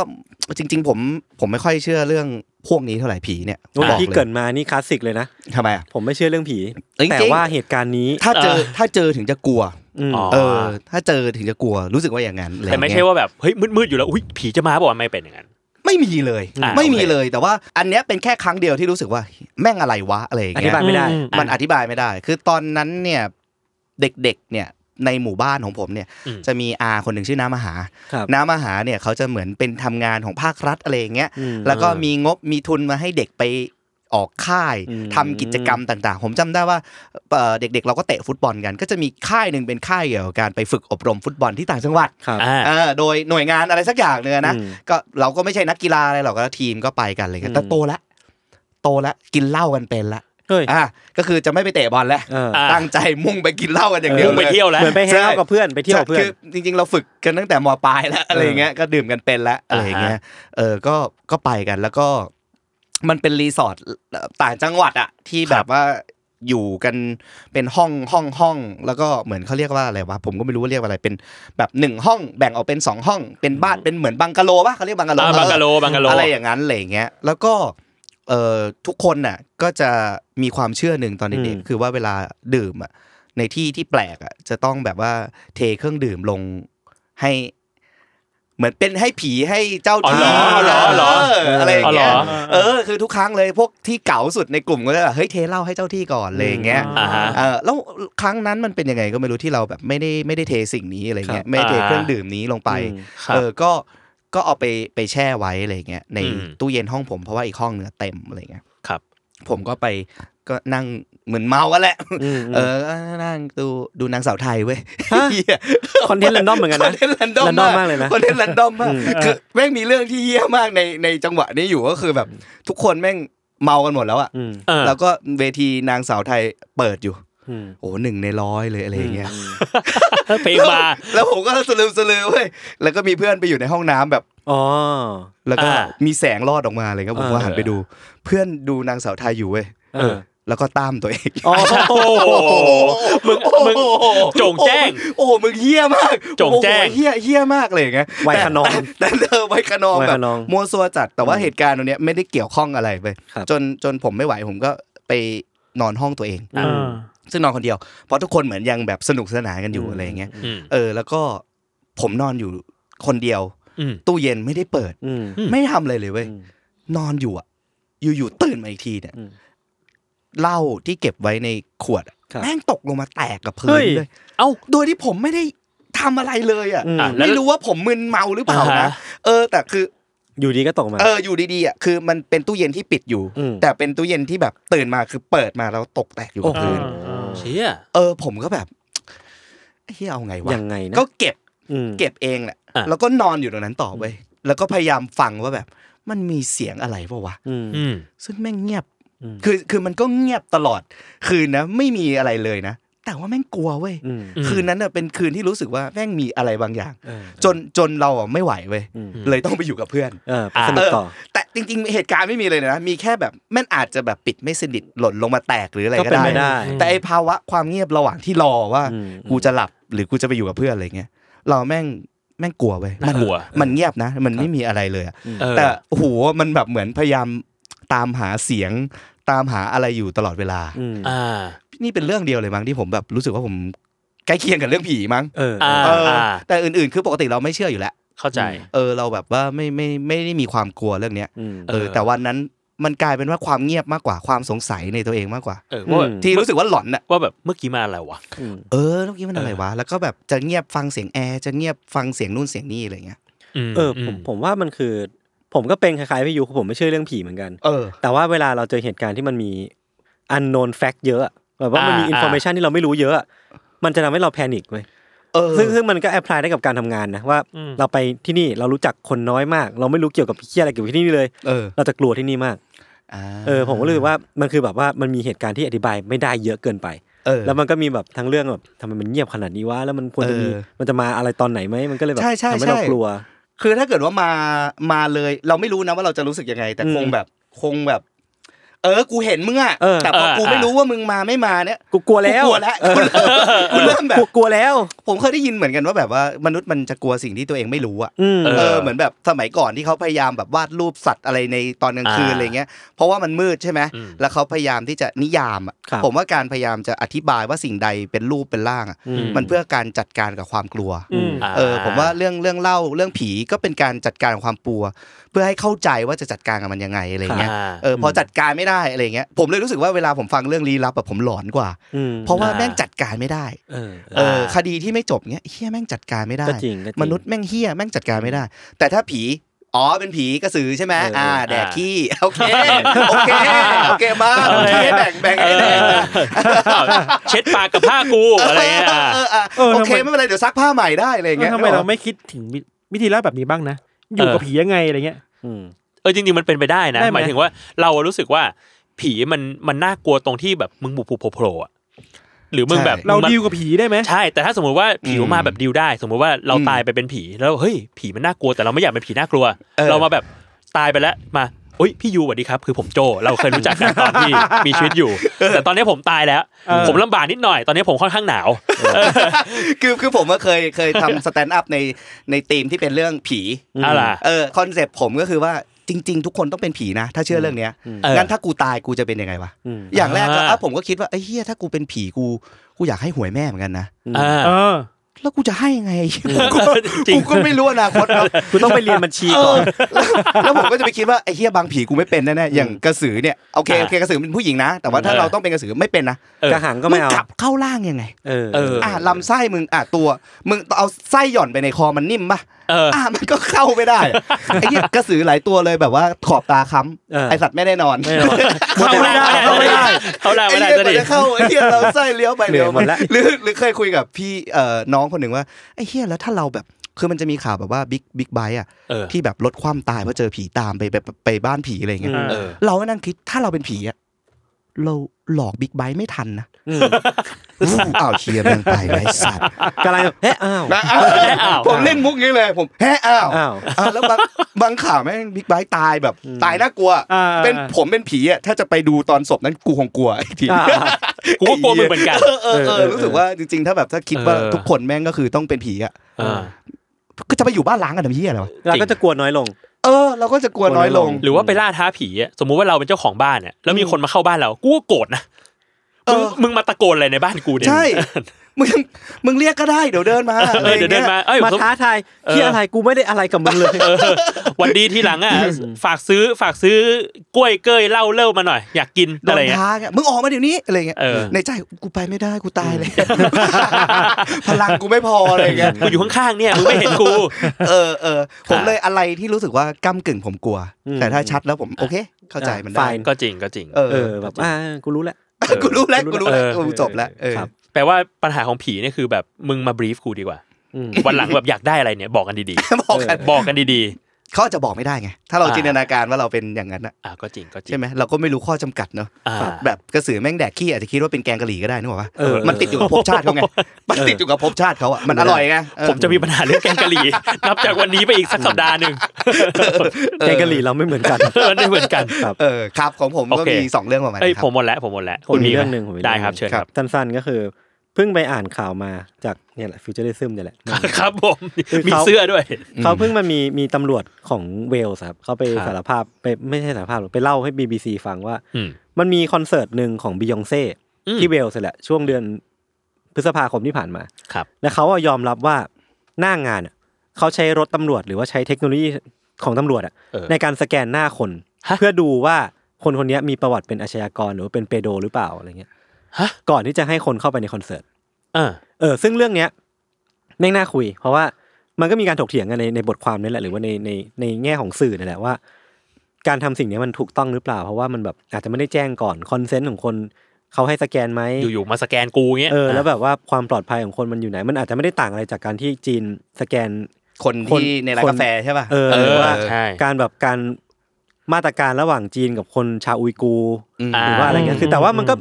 จริง ๆ ผมผมไม่ค่อยเชื่อเรื่องพวกนี้เท่าไหร่ผีเนี่ย โอ้ย บอก ที่ เล เกริ ย นมานี่คลาสสิกเลยนะ ทำไมอ่ะ ผมไม่เชื่อเรื่องผี เอ้ยจริง แต่ว่าเหตุการณ์นี้ ถ้าเจอ เออ ถ้าเจอถึงจะกลัว อืม อ๋อ เออ ถ้าเจอถึงจะกลัวรู้สึกว่าอย่างนั้นอะรอย่ง แต่ เงี้ย ไม่ใช่ว่าแบบเฮ้ยมืดๆอยู่แล้วอุ้ยผีจะมาบอกว่าไม่เป็นอย่างนั้น ไม่มีเลย อ่ะ ไม่มี โอเค เลยแต่ว่าอันเนี้ยเป็นแค่ครั้งเดียวที่รู้สึกว่าแม่งอะไรวะอะไรอย่าง อ เงี้ ธิ ย บายไม่ได้ อืม มันอธิบายไม่ได้ คือตอนนั้นเนี่ยเด็กๆเนี่ยในหมู่บ้านของผมเนี่ย อืม จะมีอาคนหนึ่งชื่อน้ามหา ครับ น้ามหาเนี่ยเขาจะเหมือนเป็นทำงานของภาครัฐอะไรอย่างเงี้ย อืม แล้วก็มีงบมีทุนมาให้เด็กไปออกค่าย อืม ทำกิจกรรมต่าง ๆ ผมจำได้ว่าเอ่อเด็กๆ เราก็เตะฟุตบอลกัน ก็จะมีค่ายหนึ่งเป็นค่ายเกี่ยวกับการไปฝึกอบรมฟุตบอลที่ต่างจังหวัด ครับ อ่า เออโดยหน่วยงานอะไรสักอย่างเนี่ยนะ อืม ก็เราก็ไม่ใช่นักกีฬาอะไรหรอกก็ทีมก็ไปกันอะไรเงี้ยแต่โตละโตละกินเหล้ากันเป็นละ เฮ้ย อ่ะก็คือจะไม่ไปเตะบอลแล้ว เออ อ่ะ ตั้งใจมุ่งไปกินเหล้ากันอย่างเดียว มุ่งไป เลย เที่ยวแล้ว เหมือนไปแฮงเอาท์กับเพื่อนไปเที่ยวกับเพื่อ คื น จริงๆ เราฝึกกันตั้งแต่มปลายแล้วอะไรอย่างเงี้ยก็ดื่มกันเป็นแล้วอะไรอย่างเงี้ยเออก็ก็ไปกันแล้วก็มันเป็นรีสอร์ทต่างจังหวัดอะที่แบบว่าอยู่กันเป็นห้องห้องห้องแล้วก็เหมือนเขาเรียกว่าอะไรวะผมก็ไม่รู้ว่าเรียกว่าอะไรเป็นแบบหนึ่งห้องแบ่งออกเป็นสองห้อง เป็นบ้านเป็นเหมือนบังกะโลปะเขาเรียกบังกะโล อ่า เออ บังกะโลบังกะโล อะไรอย่างนั้นอะไรอย่างเงี้ย แล้วก็เอ่อทุกคนน่ะก็จะมีความเชื่อหนึ่งตอน อื เด็ก ม ๆคือว่าเวลาดื่มอ่ะในที่ที่แปลกอ่ะจะต้องแบบว่าเทเครื่องดื่มลงให้ เหมือนเป็นให้ผีให้เจ้าที่ อ๋อเหรอเหรอ เอออะไรอย่างเงี้ย อ๋อ เหรอ เออคือทุกครั้งเลยพวกที่เก๋าสุดในกลุ่มก็จะแบบเฮ้ยเทเหล้าให้เจ้าที่ก่อนอะไรอย่างเงี้ย อ่าฮะ เออแล้วครั้งนั้นมันเป็นยังไงก็ไม่รู้ที่เราแบบไม่ได้ไม่ได้เทสิ่งนี้อะไรเงี้ยไม่ได้เท อ่า เครื่องดื่มนี้ลงไป อืม ครับ เออ ก็ ก็เอาไปไปแช่ไว้อะไรเงี้ยใน อืม ตู้เย็นห้องผมเพราะว่าอีกห้องเนื้อะเต็มอะไรเงี้ย ครับ ผมก็ไปก็นั่งเหมือนเมากันแหละ อืม เออก็นั่งดูดูนางสาวไทยเว้ย ฮะ เหี้ย คอนเทนต์แรนดอมเหมือนกัน คอ นะ นเทนต์แรันดอม แรนดอมมากเลยนะ คอนเทนต์แรันดอมมาก อืม คือแม่งมีเรื่องที่เหี้ยมากในในจังหวะนี้อยู่ก็คือแบบทุกคนแม่งเมากันหมดแล้วอะ อืม เออ แล้วก็เวทีนางสาวไทยเปิดอยู่ อืม โอ้หนึ่งในร้อยเลยอะไรอย่างเงี้ย เพลงมา แล้วแล้วผมก็สลืมสลือเว้ย แล้วก็มีเพื่อนไปอยู่ในห้องน้ำแบบ อ๋อ แล้วก็ อ่า มีแสงลอดออกมาอะไรเลยครับผม เออ ก็หันไปดู เพื่อนดูนางสาวไทยอยู่เว้ย เออ แล้วก็ตามตัวเอง อ๋อ โอ้โหมึงมึงโจงแจ้ง โอ้โหมึงเฮี้ยมาก จงแจ้ง โอ้โหเฮี้ยเฮี้ยมากเลยอย่างเงี้ย ไวขนอง แต่แต่แต่เธอไวขนอง ไว แบ ข บ นอง มัวซัวจัด แต่ว่า อืม เหตุการณ์ตรงเนี้ยไม่ได้เกี่ยวข้องอะไรไป ครับ จนจนผมไม่ไหวผมก็ไปนอนห้องตัวเอง อ่า อ่า ซึ่งนอนคนเดียว เพราะทุกคนเหมือนยังแบบสนุกสนานกันอยู่ อืม อะไรอย่างเงี้ย อืม เออ แล้วก็ผมนอนอยู่คนเดียว อืม ตู้เย็นไม่ได้เปิด อืม อืม ไม่ทำอะไรเลยเว้ย อืม นอนอยู่อ่ะ อยู่ๆตื่นมาอีกทีเนี่ย อืม เหล้าที่เก็บไว้ในขวดอะ ครับ แม่งตกลงมาแตกกับ เฮ้ พื้น ย เลย เอ้า โดยที่ผมไม่ได้ทำอะไรเลยอ่ะ อืม อ่ะ แล้ว ไม่รู้ว่าผมมึนเมาหรือเปล่า อ่า นะ ฮะ เออ แต่คือ อยู่ดีก็ตกมา เอออยู่ดีๆอ่ะคือมันเป็นตู้เย็นที่ปิดอยู่ อืม แต่เป็นตู้เย็นที่แบบตื่นมาคือเปิดมาแล้วตกแตกอยู่ โอ้ กับ โห พื้น อ่า เชี่ย เออ ผมก็แบบเฮียเอาไงวะ ยังไงนะ ก็เก็บ อืม เก็บเองแหละ อ่ะ แล้วก็นอนอยู่ตรงนั้นต่อไปแล้วก็พยายามฟังว่าแบบ มันมีเสียงอะไรเปล่าวะ อืม อืม ซึ่งแม่งเงียบ อืม คือ คือมันก็เงียบตลอด คืนนะ ไม่มีอะไรเลยนะ แต่ว่าแม่งกลัวเว้ย อืม ม คืนนั้นน่ะเป็นคืนที่รู้สึกว่าแม่งมีอะไรบางอย่าง เออ จน จนเราอ่ะไม่ไหวเว้ย อืม เลยต้องไปอยู่กับเพื่อน เออไปสนุกต่อ แต่จริงๆ เหตุการณ์ไม่มีเลยนะ มีแค่แบบแม่นอาจจะแบบปิดไม่สนิทหล่นลงมาแตกหรืออะไร ก็ ก็ เป็นไปได้ได้ แต่ไอภาวะความเงียบระหว่างที่รอว่า อืม กูจะหลับหรือกูจะไปอยู่กับเพื่อนอะไรเงี้ยเราแม่งแม่งกลัวไป น่ากลัว มันเงียบนะ มันไม่มีอะไรเลยอะ เออ แต่โอ้โหมันแบบเหมือนพยายามตามหาเสียงตามหาอะไรอยู่ตลอดเวลา อืม อ่า นี่เป็นเรื่องเดียวเลยมั้งที่ผมแบบรู้สึกว่าผม ใกล้เคียงกับเรื่องผีมั้ง เออ อ่า เออ อ่า แต่อื่นๆ คือปกติเราไม่เชื่ออยู่แล้ว เข้าใจ เออเราแบบว่าไม่ไม่ไม่ได้มีความกลัวเรื่องเนี้ย อืม เออ เออ แต่วันนั้นมันกลายเป็นว่าความเงียบมากกว่าความสงสัยในตัวเองมากกว่า เออว่าแบบ อืม ที่รู้สึกว่าหลอนน่ะ ว่าแบบเมื่อกี้มาอะไรวะ อืม เออเมื่อกี้มันอะไรวะแล้วก็แบบจะเงียบฟังเสียงแอร์จะเงียบฟังเสียงนู่นเสียงนี่อะไรเงี้ย ม เออผมผมว่ามันคือ ผมก็เป็นคล้ายๆพี่ยูคือผมไม่เชื่อเรื่องผีเหมือนกัน เออ แต่ว่าเวลาเราเจอเหตุการณ์ที่มันมี unknown fact เยอะอะแบบว่ามันมี อ่า information ที่เราไม่รู้เยอะอะมันจะทำให้เราแพนิคเว้ย เออ ซึ่งซึ่งมันก็แอพพลายได้กับการทำงานนะว่า อืม เราไปที่นี่เรารู้จักคนน้อยมาก เราไม่รู้เกี่ยวกับเคียอะไรเกี่ยวกับที่นี่เลย เออ เราจะกลัวที่นี่มาก อ่า เออผมก็รู้สึกว่ามันคือแบบว่ามันมีเหตุการณ์ที่อธิบายไม่ได้เยอะเกินไป เออ แล้วมันก็มีแบบทั้งเรื่องแบบทำไมมันเงียบขนาดนี้วะแล้วมันควรจะมี เออ มันจะมาอะไรตอนไหนไหมมันก็เลยแบบ ใช่ใช่ ทำให้เรา ใช่ กลัว คือถ้าเกิดว่ามามาเลย เราไม่รู้นะว่าเราจะรู้สึกยังไง แต่ อืม คงแบบคงแบบ เออกูเห็นมึงอะ เออ แต่พอกู เออ ไม่รู้ว่ามึงมาไม่มาเนี่ย กูกลัวแล้ว กูกลัวแล้วกูเริ่มกูเริ่มแบบ กูกลัวแล้ว ผมเคยได้ยินเหมือนกันว่าแบบว่ามนุษย์มันจะกลัวสิ่งที่ตัวเองไม่รู้อะ อืม เอ เออเหมือนแบบสมัยก่อนที่เขาพยายามแบบวาดรูปสัตว์อะไรในตอนกลางคืน อ่า อะไรเงี้ยเพราะว่ามันมืดใช่ไหม อืม แล้วเขาพยายามที่จะนิยามอะ ครับ ผมว่าการพยายามจะอธิบายว่าสิ่งใดเป็นรูปเป็นร่างอะ อื มันเพื่อการจัดการกับความกลัว อืม เออผมว่าเรื่องเรื่องเล่าเรื่องผีก็เป็นการจัดการความกลัว เพื่อให้เข้าใจว่าจะจัดการกับมันยังไงอะไรเงี้ย อ่า เออพอจัดการไม่ได้อะไรเงี้ยผมเลยรู้สึกว่าเวลาผมฟังเรื่องลี้ลับแบบผมหลอนกว่า อืม เพราะว่า อ่า แม่งจัดการไม่ได้ เออ เออ อ่า คดีที่ไม่จบเงี้ยเฮียแม่งจัดการไม่ได้ ก็จริงก็จริง มนุษย์แม่งเฮียแม่งจัดการไม่ได้ แต่ถ้าผีอ๋อเป็นผีกระสือใช่ไหม เอออ่ อ่า แดกขี้โอเคโอเคโอเคมากโอเคแบ่งแบ่ง เอ ไอ้แดก อเช็ดปากกับผ้ากูอะไรเงี้ย เออเออเออ เออ โอเค ทำไม ไม่เป็นไรเดี๋ยวซักผ้าใหม่ได้อะไรเงี้ย ทำไมเราไม่คิดถึงวิวิธีเล่าแบบนี้บ้างนะ อยู่กับผียังไงอะไรเงี้ย อืม เออจริงๆมันเป็นไปได้นะ ได้หไหมมายถึงว่าเรารู้สึกว่าผีมันมันน่ากลัวตรงที่แบบมึงบุกผูโผล่ๆอะหรือมึงแบบ เรา มัน ดีลกับผีได้ไหม ใช่แต่ถ้าสมมติว่าผิวมาแบบดิวได้ สมมติว่าเรา อืม ตายไปเป็นผีแล้วเฮ้ยผีมันน่ากลัวแต่เราไม่อยากเป็นผีน่ากลัว เออ เรามาแบบตายไปแล้วมาโอ้ยพี่ยูสวัสดีครับ คือผมโจ เราเคยรู้จักกันตอนที่ มีชีวิตอยู่ แต่ตอนนี้ผมตายแล้ว เออ ผมลำบากนิดหน่อยตอนนี้ผมค่อนข้างหนาว คือคือผมก็เคยเคยทำสแตนด์อัพในในธีมที่เป็นเรื่องผี เอะไร เออคอนเซปต์ผมก็คือว่าจริง ๆ ทุกคนต้องเป็นผีนะ ถ้าเชื่อเรื่องเนี้ย เออ งั้นถ้ากูตายกูจะเป็นยังไงวะ อืม อย่างแรกก็ อ่า อ่ะผมก็คิดว่าไอ้เฮียถ้ากูเป็นผีกูกูอยากให้หวยแม่เหมือนกันนะ อ่า เออ แล้วกูจะให้ยังไงกู จริง กูก็ไม่รู้อนาคตเนาะ กูต้องไปเรียนบัญชี เอ ก่อ อน แล้วแล้วผมก็จะไปคิดว่าไอ้เฮียบางผีกูไม่เป็นแน่ๆอย่างกระสือเนี่ยโอเค อ่า โอเคกระสือเป็นผู้หญิงนะ แต่ว่าถ้า เออ เราต้องเป็นกระสือไม่เป็นนะ เออ กระหังก็ไม่เอา งกลับเข้าล่างยังไง เออ เออ อ่ะลำไส้มึงอ่ะตัวมึงเอาไส้หย่อนไปในคอมันนิ่มปะ เออ อ่ะมันก็เข้าไม่ได้ ไอ้เนี่ยกระสือหลายตัวเลยแบบว่าขอบตาค้ เออ ำไอสัตว์ไม่แน่นอน ไม่เอา เข้าไม่ได้เข้าไม่ได้เข้าได้ ไอ้ ไม่ได้จะดิเหี้ยกว่าจะเข้าไอ้เหี้ยเราไส้เลี้ยวไป เหนื่ เลี้ อย ยว หมดละ หรือหรือเคยคุยกับพี่เอ่อน้องคนหนึ่งว่าไอ้เหี้ยแล้วถ้าเราแบบคือมันจะมีข่าวแบบว่าบิ๊กบิ๊กไบค์อ่ะ เออ ที่แบบรถคว่ำตายเพราะเจอผีตามไปแบบไปบ้านผีอะไรอย่างเงี้ย อืม เออ เราก็นั่งคิดถ้าเราเป็นผีอ่ะเราหลอกบิ๊กไบค์ไม่ทันนะ อืม อู้อ้าวเชียร์แม่งไปไว้สัตว์ กำลังเฮ้ยอ้าว นะอ้าว แฮะอ้าว ผมเล่นมุกนี้เลยผมแฮะอ้าว อ้าว อ้าวแล้วบางบางข่าวแม่งบิ๊กไบค์ตายแบบตายน่ากลัว อ่า เป็นผมเป็นผีอะถ้าจะไปดูตอนศพนั้นกูคงกลัวอีกที อ่า กูก็กลัวมึงเหมือนกัน เออเออเอ เออเอ อ อ รู้สึกว่าจริงๆ ถ้าแบบถ้าคิดว่า เออ ทุกคนแม่งก็คือต้องเป็นผีอะ เออ ก็จะไปอยู่บ้านล้างกันทำเหี้ยอะไรวะ เราก็จะกลัวน้อยลง เออเราก็จะกลัวน้อยลง หรือว่าไปล่าท้าผีอะสมมุติว่าเราเป็นเจ้าของบ้านเนี่ยแล้วมีคนมาเข้าบ้านเรากูก็โกรธนะมึง เออ มึงมาตะโกนอะไรในบ้านกูเนี่ย ใช่ มึงมึงเรียกก็ได้เดี๋ยวเดินมา เออเดี๋ยวเดินมาเอ้ย มา ผม ท้าทาย เออ เฮียอะไรกูไม่ได้อะไรกับมึงเลย เออวันดีทีหลังอ่ะ ฝากซื้อฝากซื้อกล้วยเก้ยเหล้าเล่ามาหน่อย อยากกิน โด อะไร น เงี้ย ท้าไงมึงออกมาเดี๋ยวนี้อะไรเงี้ย เออ ในใจกูไปไม่ได้กูตายเลย พลังกูไม่พออะไรเงี้ย กูอยู่ข้างๆเนี่ยมึงไม่เห็นกู เออเออผมเลยอะไรที่รู้สึกว่าก้ากึ่งผมกลัว อืม แต่ถ้าชัดแล้วผมโอเค เข้าใจมันได้ fine ก็จริงก็จริง เออ เออแบบอ่ากูรู้แล้ว กูรู้แล้วกูรู้แล้ว เออ กูจบแล้วเออ ครับ แปลว่าปัญหาของผีเนี่ยคือแบบมึงมาบรีฟกูดีกว่า อืม วันหลังแบบอยากได้อะไรเนี่ยบอกกันดี บอกกัน ๆ บอกกันดี เขาอาจจะบอกไม่ได้ไง ถ้าเรา อ่า จินตนาการว่าเราเป็นอย่างนั้นนะ ๆ อ่ะก็จริงก็จริง ใช่ไหมเราก็ไม่รู้ข้อจำกัดเนาะ อ่า แบบกระสือแม่งแดกขี้อาจจะคิดว่าเป็นแกงกะหรี่ก็ได้นึกออกปะ เออ มันติดอยู่กับภพชาติเขาไงมันติดอยู่กับภพชาติเขาอ่ะมันอร่อยไงเออ ผมจะมีปัญหาเรื่องแกงกะหรี่ นับจากวันนี้ไปอีกสัก สัปดาห์หนึ่ง แกงกะหรี่เราไม่เหมือนกัน มันไม่เหมือนกัน ครับ เออครับของผมก็ โอเค มีสองเรื่องประมาณ เอ้ย นี้ครั ผ บ มหมดแล้วผมหมดแล้ว ผมมี ไห เรื่องหนึ่งผมมีเรื่อง ได้ครับเชิญครับ สั้นๆก็คือ เพิ่งไปอ่านข่าวมาจากเนี่ยแหละฟิวเจอริซึมเนี่ยแหละ ครับผม คือ มี เขา เสื้อด้วย เขาเพิ่งมามีมีตำรวจของเวลส์ครับเขาไป ครับ สารภาพไปไม่ใช่สารภาพหรอกไปเล่าให้ BBC ฟังว่า อืม มันมีคอนเสิร์ตหนึ่งของบิยองเซ่ อืม ที่เวลส์แหละช่วงเดือน พฤษภาคมที่ผ่านมา ครับ และเขาอะยอมรับว่าหน้างานอะเขาใช้รถตำรวจหรือว่าใช้เทคโนโลยีของตำรวจอะ เออ ในการสแกนหน้าคน ฮะ เพื่อดูว่าคนคนเนี้ยมีประวัติเป็นอาชญากรหรือว่าเป็นเปโดหรือเปล่าอะไรเงี้ย ฮะ ก่อนที่จะให้คนเข้าไปในคอนเสิร์ต เออ เออซึ่งเรื่องเนี้ยแม่งน่าคุย เพราะว่ามันก็มีการถกเถียงกันในในบทความนี้แหละหรือว่าในในในแง่ของสื่อนี่แหละว่า การทำสิ่งเนี้ยมันถูกต้องหรือเปล่า เพราะว่ามันแบบอาจจะไม่ได้แจ้งก่อนคอนเซนต์ของคนเขาให้สแกนไหม อยู่ๆมาสแกนกูเงี้ย เออแล้วแบบว่าความปลอดภัยของคนมันอยู่ไหน มันอาจจะไม่ได้ต่างอะไรจากการที่จีนสแกน คน คน ที่ในร้าน คน กาแฟใช่ป่ะ เออ เอ หรือ อ ว่า ใช่ การแบบการมาตรการระหว่างจีนกับคนชาวอุยกูร์ อ่า หรือว่าอะไรเงี้ยคือแต่ว่ามันก็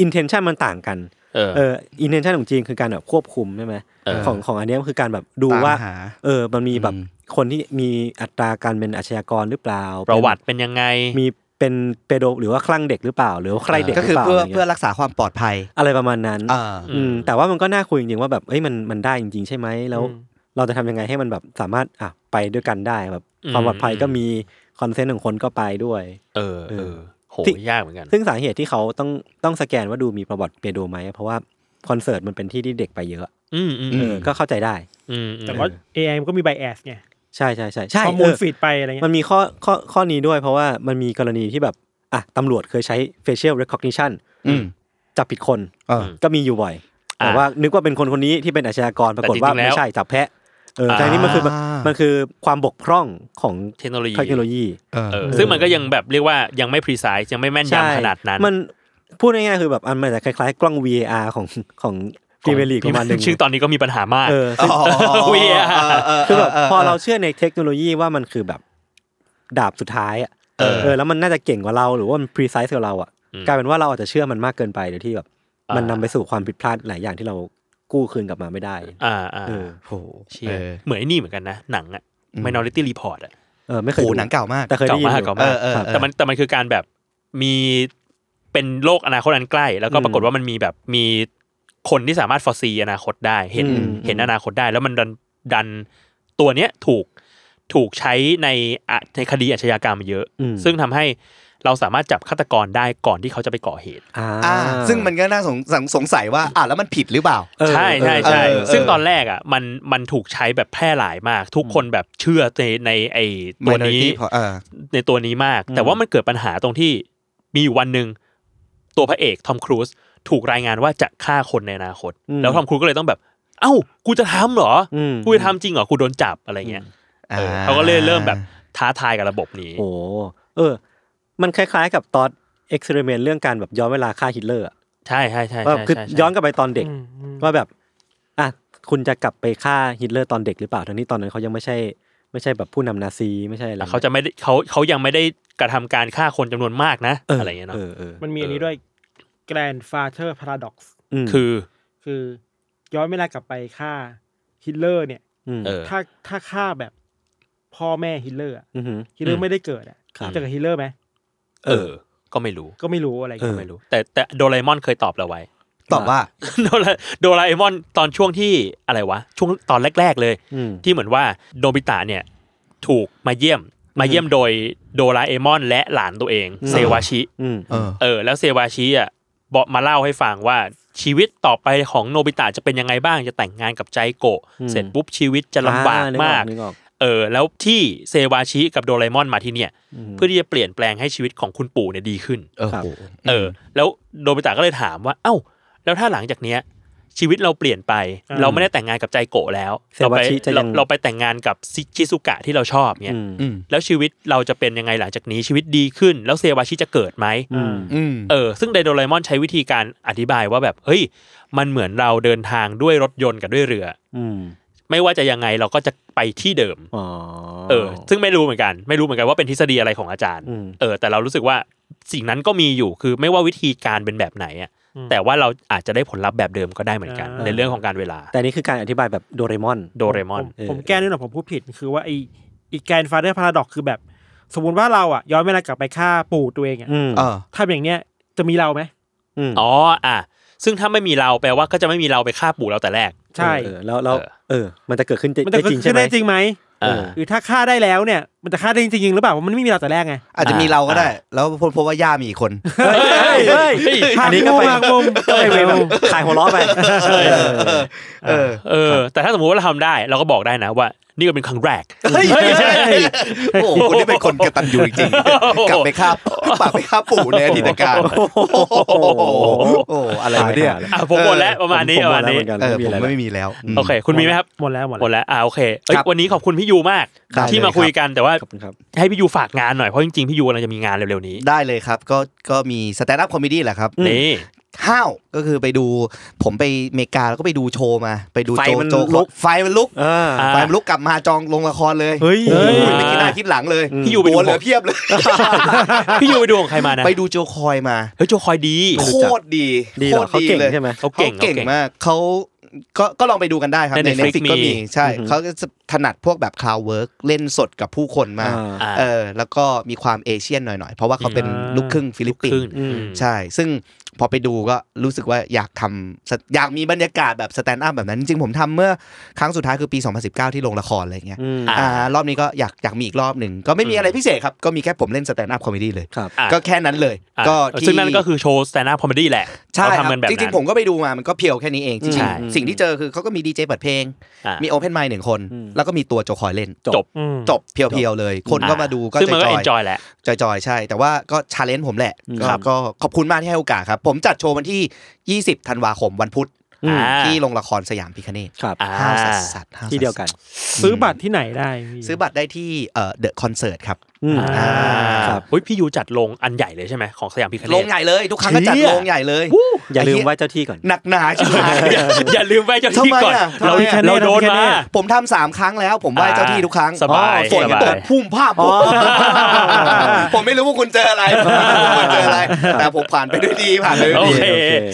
อินเทนชันมันต่างกัน เออ เอออินเทนชันของจีนคือการแบบควบคุมใช่ไหม เออ ของของอันเนี้ยคือการแบบดูว่า ตามหา เออ มันมีแบบ อืม คนที่มีอัตราการเป็นอาชญากรหรือเปล่า ประวัติเป็นยังไง เป็นมีเป็นเปโดหรือว่าคลั่งเด็กหรือเปล่า หรือว่าใครเด็ก ก็ หรื คือ อเปล่า เพื่อ อะไร เพื่เงี้อย รักษาความปลอดภัย อะไรประมาณนั้น เออ อืมแต่ว่ามันก็น่าคุยจริงๆว่าแบบเอ้ยมันมันได้จริง ๆ ใช่ไหมแล้ว อืม เราจะทำยังไงให้มันแบบสามารถอ่ะไปด้วยกันได้แบบ อืม ความปลอดภัยก็มีคอนเซนต์ของคนก็ไปด้วย เออเออโห ที่ ยากเหมือนกัน ซึ่งสาเหตุที่เขาต้องต้องสแกนว่าดูมีประวัติเปโดไหมเพราะว่าคอนเสิร์ตมันเป็นที่ที่เด็กไปเยอะ อืมอืม อื เออมก็เข้าใจได้ อืมอืม แต่ว่า AI มันก็มีไบแอสไง ใช่ใช่ใช่ใช่ ข้อมูล เออ ฟีดไปอะไรเงี้ย มันมีข้อข้อข้อนี้ด้วยเพราะว่ามันมีกรณีที่แบบ อ่ะตำรวจเคยใช้ facial recognition อืม จับผิดคน เออ ก็มีอยู่บ่อย อ่ะ แต่ว่านึกว่าเป็นคนคนนี้ที่เป็นอาชญากรปรากฏว่า แต่จริงๆแล้ว ไม่ใช่จับแพะเออ อ่า แต่อันนี้มันคือมันมันคือความบกพร่องของ เทคโนโลยี เทคโนโลยี เออ เออซึ่งมันก็ยังแบบเรียกว่ายังไม่ precise ยังไม่แม่นยำขนาดนั้น มันพูดง่ายๆคือแบบอันมันอาจจะคล้ายๆ กล้อง VAR ของของพรีเมียร์ลีกประมาณห นึง ซึ่งตอนนี้ก็มีปัญหามาก เออ อ๋ ซึ่ง อ เวีย เเ คือแบบพอเราเชื่อในเทคโนโลยีว่ามันคือแบบดาบสุดท้ายอ่ะ เออ เออแล้วมันน่าจะเก่งกว่าเราหรือว่ามัน precise กว่าเราอ่ะ อืม กลายเป็นว่าเราอาจจะเชื่อมันมากเกินไปโดยที่แบบ อ่ามั มันนำไปสู่ความผิดพลาดหลายอย่างที่เรากู้คืนกลับมาไม่ได้ อ่าอ่า เออ โห เชียเหมือนไอ้นี่เหมือนกันนะ หนังอะ Minority Report อะ เออไม่เคยโหดู หนังเก่ามาก แต่เคยได้ยินอยู่ เก่ามากเก่า เออเออ ครับ เออ แต่มันแต่มันคือการแบบมีเป็นโลกอนาคตอันใกล้ แล้วก็ อืม ปรากฏว่ามันมีแบบมีคนที่สามารถ foresee อนาคตได้ เห็น อืม เห็นอนาคตได้ แล้วมันดันดันตัวเนี้ยถูกถูกใช้ในอะในคดีอาชญากรรมเยอะ อืม ซึ่งทำให้เราสามารถจับฆาตกรได้ก่อนที่เขาจะไปก่อเหตุ อ่า อ่า ซึ่งมันก็น่าสงสงสงสัยว่าอ่ะแล้วมันผิดหรือเปล่า เออ ใช่ใช่ เออ ใช่ เออเออ ซึ่งตอนแรกอ่ะมันมันถูกใช้แบบแพร่หลายมาก ทุกคนแบบเชื่อในในไอตัวนี้ Minority Report เออ ในตัวนี้มาก แต่ว่ามันเกิดปัญหาตรงที่มีอยู่วันหนึ่งตัวพระเอกทอมครูซถูกรายงานว่าจะฆ่าคนในอนาคต แล้วทอมครูซก็เลยต้องแบบ เอ้า กูจะทำเหรออ อืม กูจะทำจริงเหรอกูโดนจับอะไรเงี้ยเออเขาก็เลยเริ่มแบบท้าทายกับระบบนี้ โอ้เออ มันคล้ายๆกับตอนเอ็กซ์เพร์เมนต์เรื่องการแบบย้อนเวลาฆ่าฮิตเลอร์อะ ใช่ใช่ใช่ ว่า ใช่ คือ ใช่ ย้อนกลับไปตอนเด็ก อืมอืม ว่าแบบอ่ะคุณจะกลับไปฆ่าฮิตเลอร์ตอนเด็กหรือเปล่าทั้งที่ตอนนั้นเขายังไม่ใช่ ไม่ใช่แบบผู้นำนาซีไม่ใช่อะไร แต่เขาจะไม่ได้เขาเขายังไม่ได้กระทำการฆ่าคนจำนวนมากนะอะไรเงี้ยเนาะ เออเออ มันมีอันนี้ด้วย grandfather paradox อืม คือ คือย้อนเวลากลับไปฆ่าฮิตเลอร์เนี่ย ม เออ ถ้าถ้าฆ่าแบบพ่อแม่ฮิตเลอร์อะ อือหือ ฮิตเลอ อื ร์ ม ไม่ได้เกิดอ่ะ ครับ เจอกับฮิตเลอร์ไหม เออ ก็ไม่รู้ ก็ไม่รู้อะไร เอ เงี้ อ ย ไม่รู้ แต่แต่โดราเอมอนเคยตอบเราไว้ ตอบว่า โดราโดราเอมอนตอนช่วงที่อะไรวะ ช่วงตอนแรก ๆ เลย อืม ที่เหมือนว่าโนบิตะเนี่ยถูกมาเยี่ยมมาเยี่ยมโดยโดราเอมอนและหลานตัวเอง อืม เซวาชิ อืม เออ เออแล้วเซวาชิอ่ะบอกมาเล่าให้ฟังว่าชีวิตต่อไปของโนบิตะจะเป็นยังไงบ้างจะแต่งงานกับใจโกะ อืม เสร็จปุ๊บชีวิตจะลำบากมาก นึกออก เออแล้วที่เซวาชิกับโดราเอมอนมาที่เนี่ย นึกออก เพื่อที่จะเปลี่ยนแปลงให้ชีวิตของคุณปู่เนี่ยดีขึ้น เออ ครับ โห เออแล้วโนบิตะก็เลยถามว่า เอ้า แล้วถ้าหลังจากเนี้ย ชีวิตเราเปลี่ยนไป เราไม่ได้แต่งงานกับใจโกะแล้ว เซ เรา วา ไป ชิจะยัง เราเราไปแต่งงานกับชิชิซุกะที่เราชอบเนี่ย อืม อืม แล้วชีวิตเราจะเป็นยังไงหลังจากนี้ชีวิตดีขึ้น แล้วเซวาชิจะเกิดไหม อืม อืม เออซึ่งไดโดไลมอนใช้วิธีการอธิบายว่าแบบเฮ้ย มันเหมือนเราเดินทางด้วยรถยนต์กับด้วยเรือ อืม ไม่ว่าจะยังไงเราก็จะไปที่เดิม อ๋อ เออ ซึ่งไม่รู้เหมือนกัน ไม่รู้เหมือนกันว่าเป็นทฤษฎีอะไรของอาจารย์ อืม เออ แต่เรารู้สึกว่าสิ่งนั้นก็มีอยู่ คือไม่ว่าวิธีการเป็นแบบไหนอะแต่ว่าเราอาจจะได้ผลลัพธ์แบบเดิมก็ได้เหมือนกัน ในเรื่องของการเวลา แต่นี่คือการอธิบายแบบโดเรมอน โดเรมอน ผมผมแก้นิดหน่อยผมพูดผิด คือว่าไอไอแกนฟาเธอร์พาราด็อกคือแบบ สมมติว่าเราอ่ะย้อนเวลากลับไปฆ่าปู่ตัวเองอ่ะ อืม เออ ถ้าอย่างเนี้ยจะมีเราไหม อืม อ๋อ อ่ะ ซึ่งถ้าไม่มีเราแปลว่าก็จะไม่มีเราไปฆ่าปู่เราแต่แรก ใช่ เออแล้วแล้ว เออ เออ มันจะเกิดขึ้นได้ มันจะเกิด จริง ขึ้ ใช่ น ไหม ได้จริงไหม เออ หรือถ้าฆ่าได้แล้วเนี่ย มันจะฆ่าได้จริงๆหรือเปล่าว่ามันไม่มีเราแต่แรกไง อาจจะมีเราก็ได้ แล้วพบพบว่าย่ามีอีกคน เฮ้ยเฮ้ยเฮ้ย หั อั ก นนี้ก็ มุม ไป หักมุม ก็ไปเวรแบบขายหัวล้อไป เออ เออ แต่ถ้าสมมติว่าเราทำได้เราก็บอกได้นะว่า นี่ก็เป็นครั้งแรก เฮ้ย เฮ้ยใช่ โอ้โหคุณนี่เป็นคนกระตันอยู่จริงๆกลับไปฆ่าปากไปฆ่าปู่ในอดีตการ โอ้โหโอ้โหอะไรวะเนี่ย อ่ะผมหมดแล้วประมาณนี้ ผ ประมาณ แล้ว นี้ เหอกั เออ ไม่มี ผม อะไรแล้ว ไม่มีแล้วม โอเค คุณมีไหมครับ หมดแล้วหมด หมด แล้ว แล้วอ่าโอเคเอ้ย ครับ วันนี้ขอบคุณพี่ยูมาก ได้ ที่ เลย มาคุย ครับ กันแต่ว่า ขอบคุณครับ ให้พี่ยูฝากงานหน่อย เพราะจริงๆ พี่ยูกำลังจะมีงานเร็วๆนี้ ได้เลยครับ ก็ก็มีสแตนด์อัพคอมเมดี้แหละครับ นี่ ห้าวก็คือไปดู ผมไปอเมริกาแล้วก็ไปดูโชว์มา ไปดู ไฟ โจ มัน โจ ลุก ไฟมันลุก เออ อ่า ไฟมันลุกกลับมาจองลงละครเลย เฮ้ย โอ้ เฮ้ย ยไม่คิดหน้าคิดหลังเลย พี่ยูไปดู โอ้เหลือเพียบเลย พี่ยูไปดูของใครมานะ ไปดูโจคอยมา เฮ้ยโจคอยดี โคตรดี ดีเหรอ โคต เขาเก่ง ลย ใช่ไหม เขา เขา เก่ง เก่ง เขาเก่ง มากเขาก็ก็ลองไปดูกันได้ครับ ใน ใน Netflix Netflix ก็ มี มีใช่ อือหือ เขาจะถนัดพวกแบบ cloud work เล่นสดกับผู้คนมาก อ่า อ่า เออแล้วก็มีความเอเชียนหน่อยๆ เพราะว่าเขาเป็น อ่า ลูกครึ่งฟิลิปปิน ครึ่ง ส์ อืม ใช่ ซึ่งพอไปดูก็รู้สึกว่าอยากทำสอยากมีบรรยากาศแบบสแตนด์อัพแบบนั้น จริงๆผมทำเมื่อครั้งสุดท้ายคือปี 2019 ที่ลงละครอะไรอย่างเงี้ย อืม อ่ารอบนี้ก็อยากอยากมีอีกรอบหนึ่งก็ไม่มีอะไรพิเศษครับก็มีแค่ผมเล่นสแตนด์อัพคอมเมดี้เลย ครับ อ่ะ ก็แค่นั้นเลย อ่ะ ก็ที่ ซึ่งนั่นก็คือโชว์สแตนด์อัพคอมเมดี้แหละ ใช่ เขา ครับ ทำกันแบบ จ นั้น ริงๆผมก็ไปดูมา มันก็เพียวแค่นี้เองจ ใช่ ริงๆสิ่งที่เจอคือเขาก็มีดีเจเปิดเพลง อ่ะ มีโอเพนไมค์หนึ่งคน อืม แล้วก็มีตัวโจคอยเล่น จบ อืม จบเพียวๆเลย คนก็มาดูก็ ซึ่งมันก็ จ เอ อย นจอยแหละ ๆจอยๆใช่ แต่ว่าก็ชาเลนจ์ผมแหละก็ ครับ ก็ขอบคุณมากที่ให้โอกาสครับ ผมจัดโชว์วันที่ 20 ธันวาคมวันพุธ อ่า ที่โรงละครสยามพิคเนต ครับ อ่า ห้าวสัสสัสห้าสัส ที่เดียวกัน ซื้อบัตรที่ไหนได้พี่ ซื้อบัตรได้ที่เดอะคอนเสิร์ตครับ อืม อ่า ครับ เฮ้ยพี่ยูจัดลงอันใหญ่เลยใช่ไหมของสยามพิคเนต ลงใหญ่เลยทุกครั้งก็จัด เชี่ย ลงใหญ่เลย อย่าลืมไหว้เจ้าที่ก่อน หนักหนาชิบหาย อย่าอย่าลืมไปเจ้า ทำ ที่ ไม ก่อน อ่ะทำไมอ่ะ เราเราโดนมา ผมทำสามครั้งแล้ว ผมไหว้เจ้าที่ทุกครั้ง สบาย อ๋อฝน สบาย ตกพุ่มภาพผมผมไม่รู้ว่าคุณเจออะไรผมไม่รู้ว่าคุณเจออะไร แต่ผมผ่านไปด้วยดีผ่านไปด้วย โอ ดีโอเคเค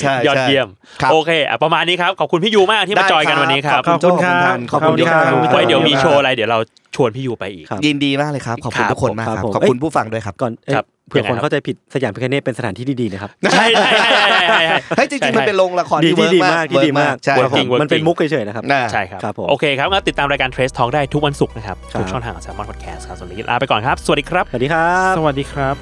ใช่ ยอดเยี่ยม ครับ โอเคอ่ะประมาณนี้ครับ ขอบคุณพี่ยูมากที่มาจอยกันวันนี้ครับ ขอบคุณโจ้ขอบคุณทันขอบคุณที่ ขอบคุณ ครัครับ บ ไว้เดี๋ยวมีโชว์อะไรเดี๋ยวเราชวนพี่ยูไปอีก ครับ ยินดีมากเลยครับ ขอบคุณทุกคนมากครับ ผม ขอบคุณผู้ฟังด้วยครับ ก่อนเอ้ย ครับ เผื่อ ยังคไงครั น บ เข้าใจผิดสยามพิคเนตเป็นสถานที่ดีๆนะครับ ใช่ใช่ใช่ใช่ใช่ใช่ เฮ้ยจริงๆมันเป็นโรงละคร ดี ที่เวิ ที่ ร์กมามดีาก ก ที่ดีมาก ใช่ เวิร์ ค จ รั ริ บ ง ผมมันเป็นมุกเฉยๆนะครับ น่า ใช่ครับ ครับผม โอเคครับงั้นติดตามรายการ Trace Talk ได้ทุกวันศุกร์นะครับ ครับ ทุกช่องทางของ Salmon Podcast ครับสวนวันนี้ลาไปก่อนครับ สวัสดีครับ สวัสดีครับ สวัสดีครับ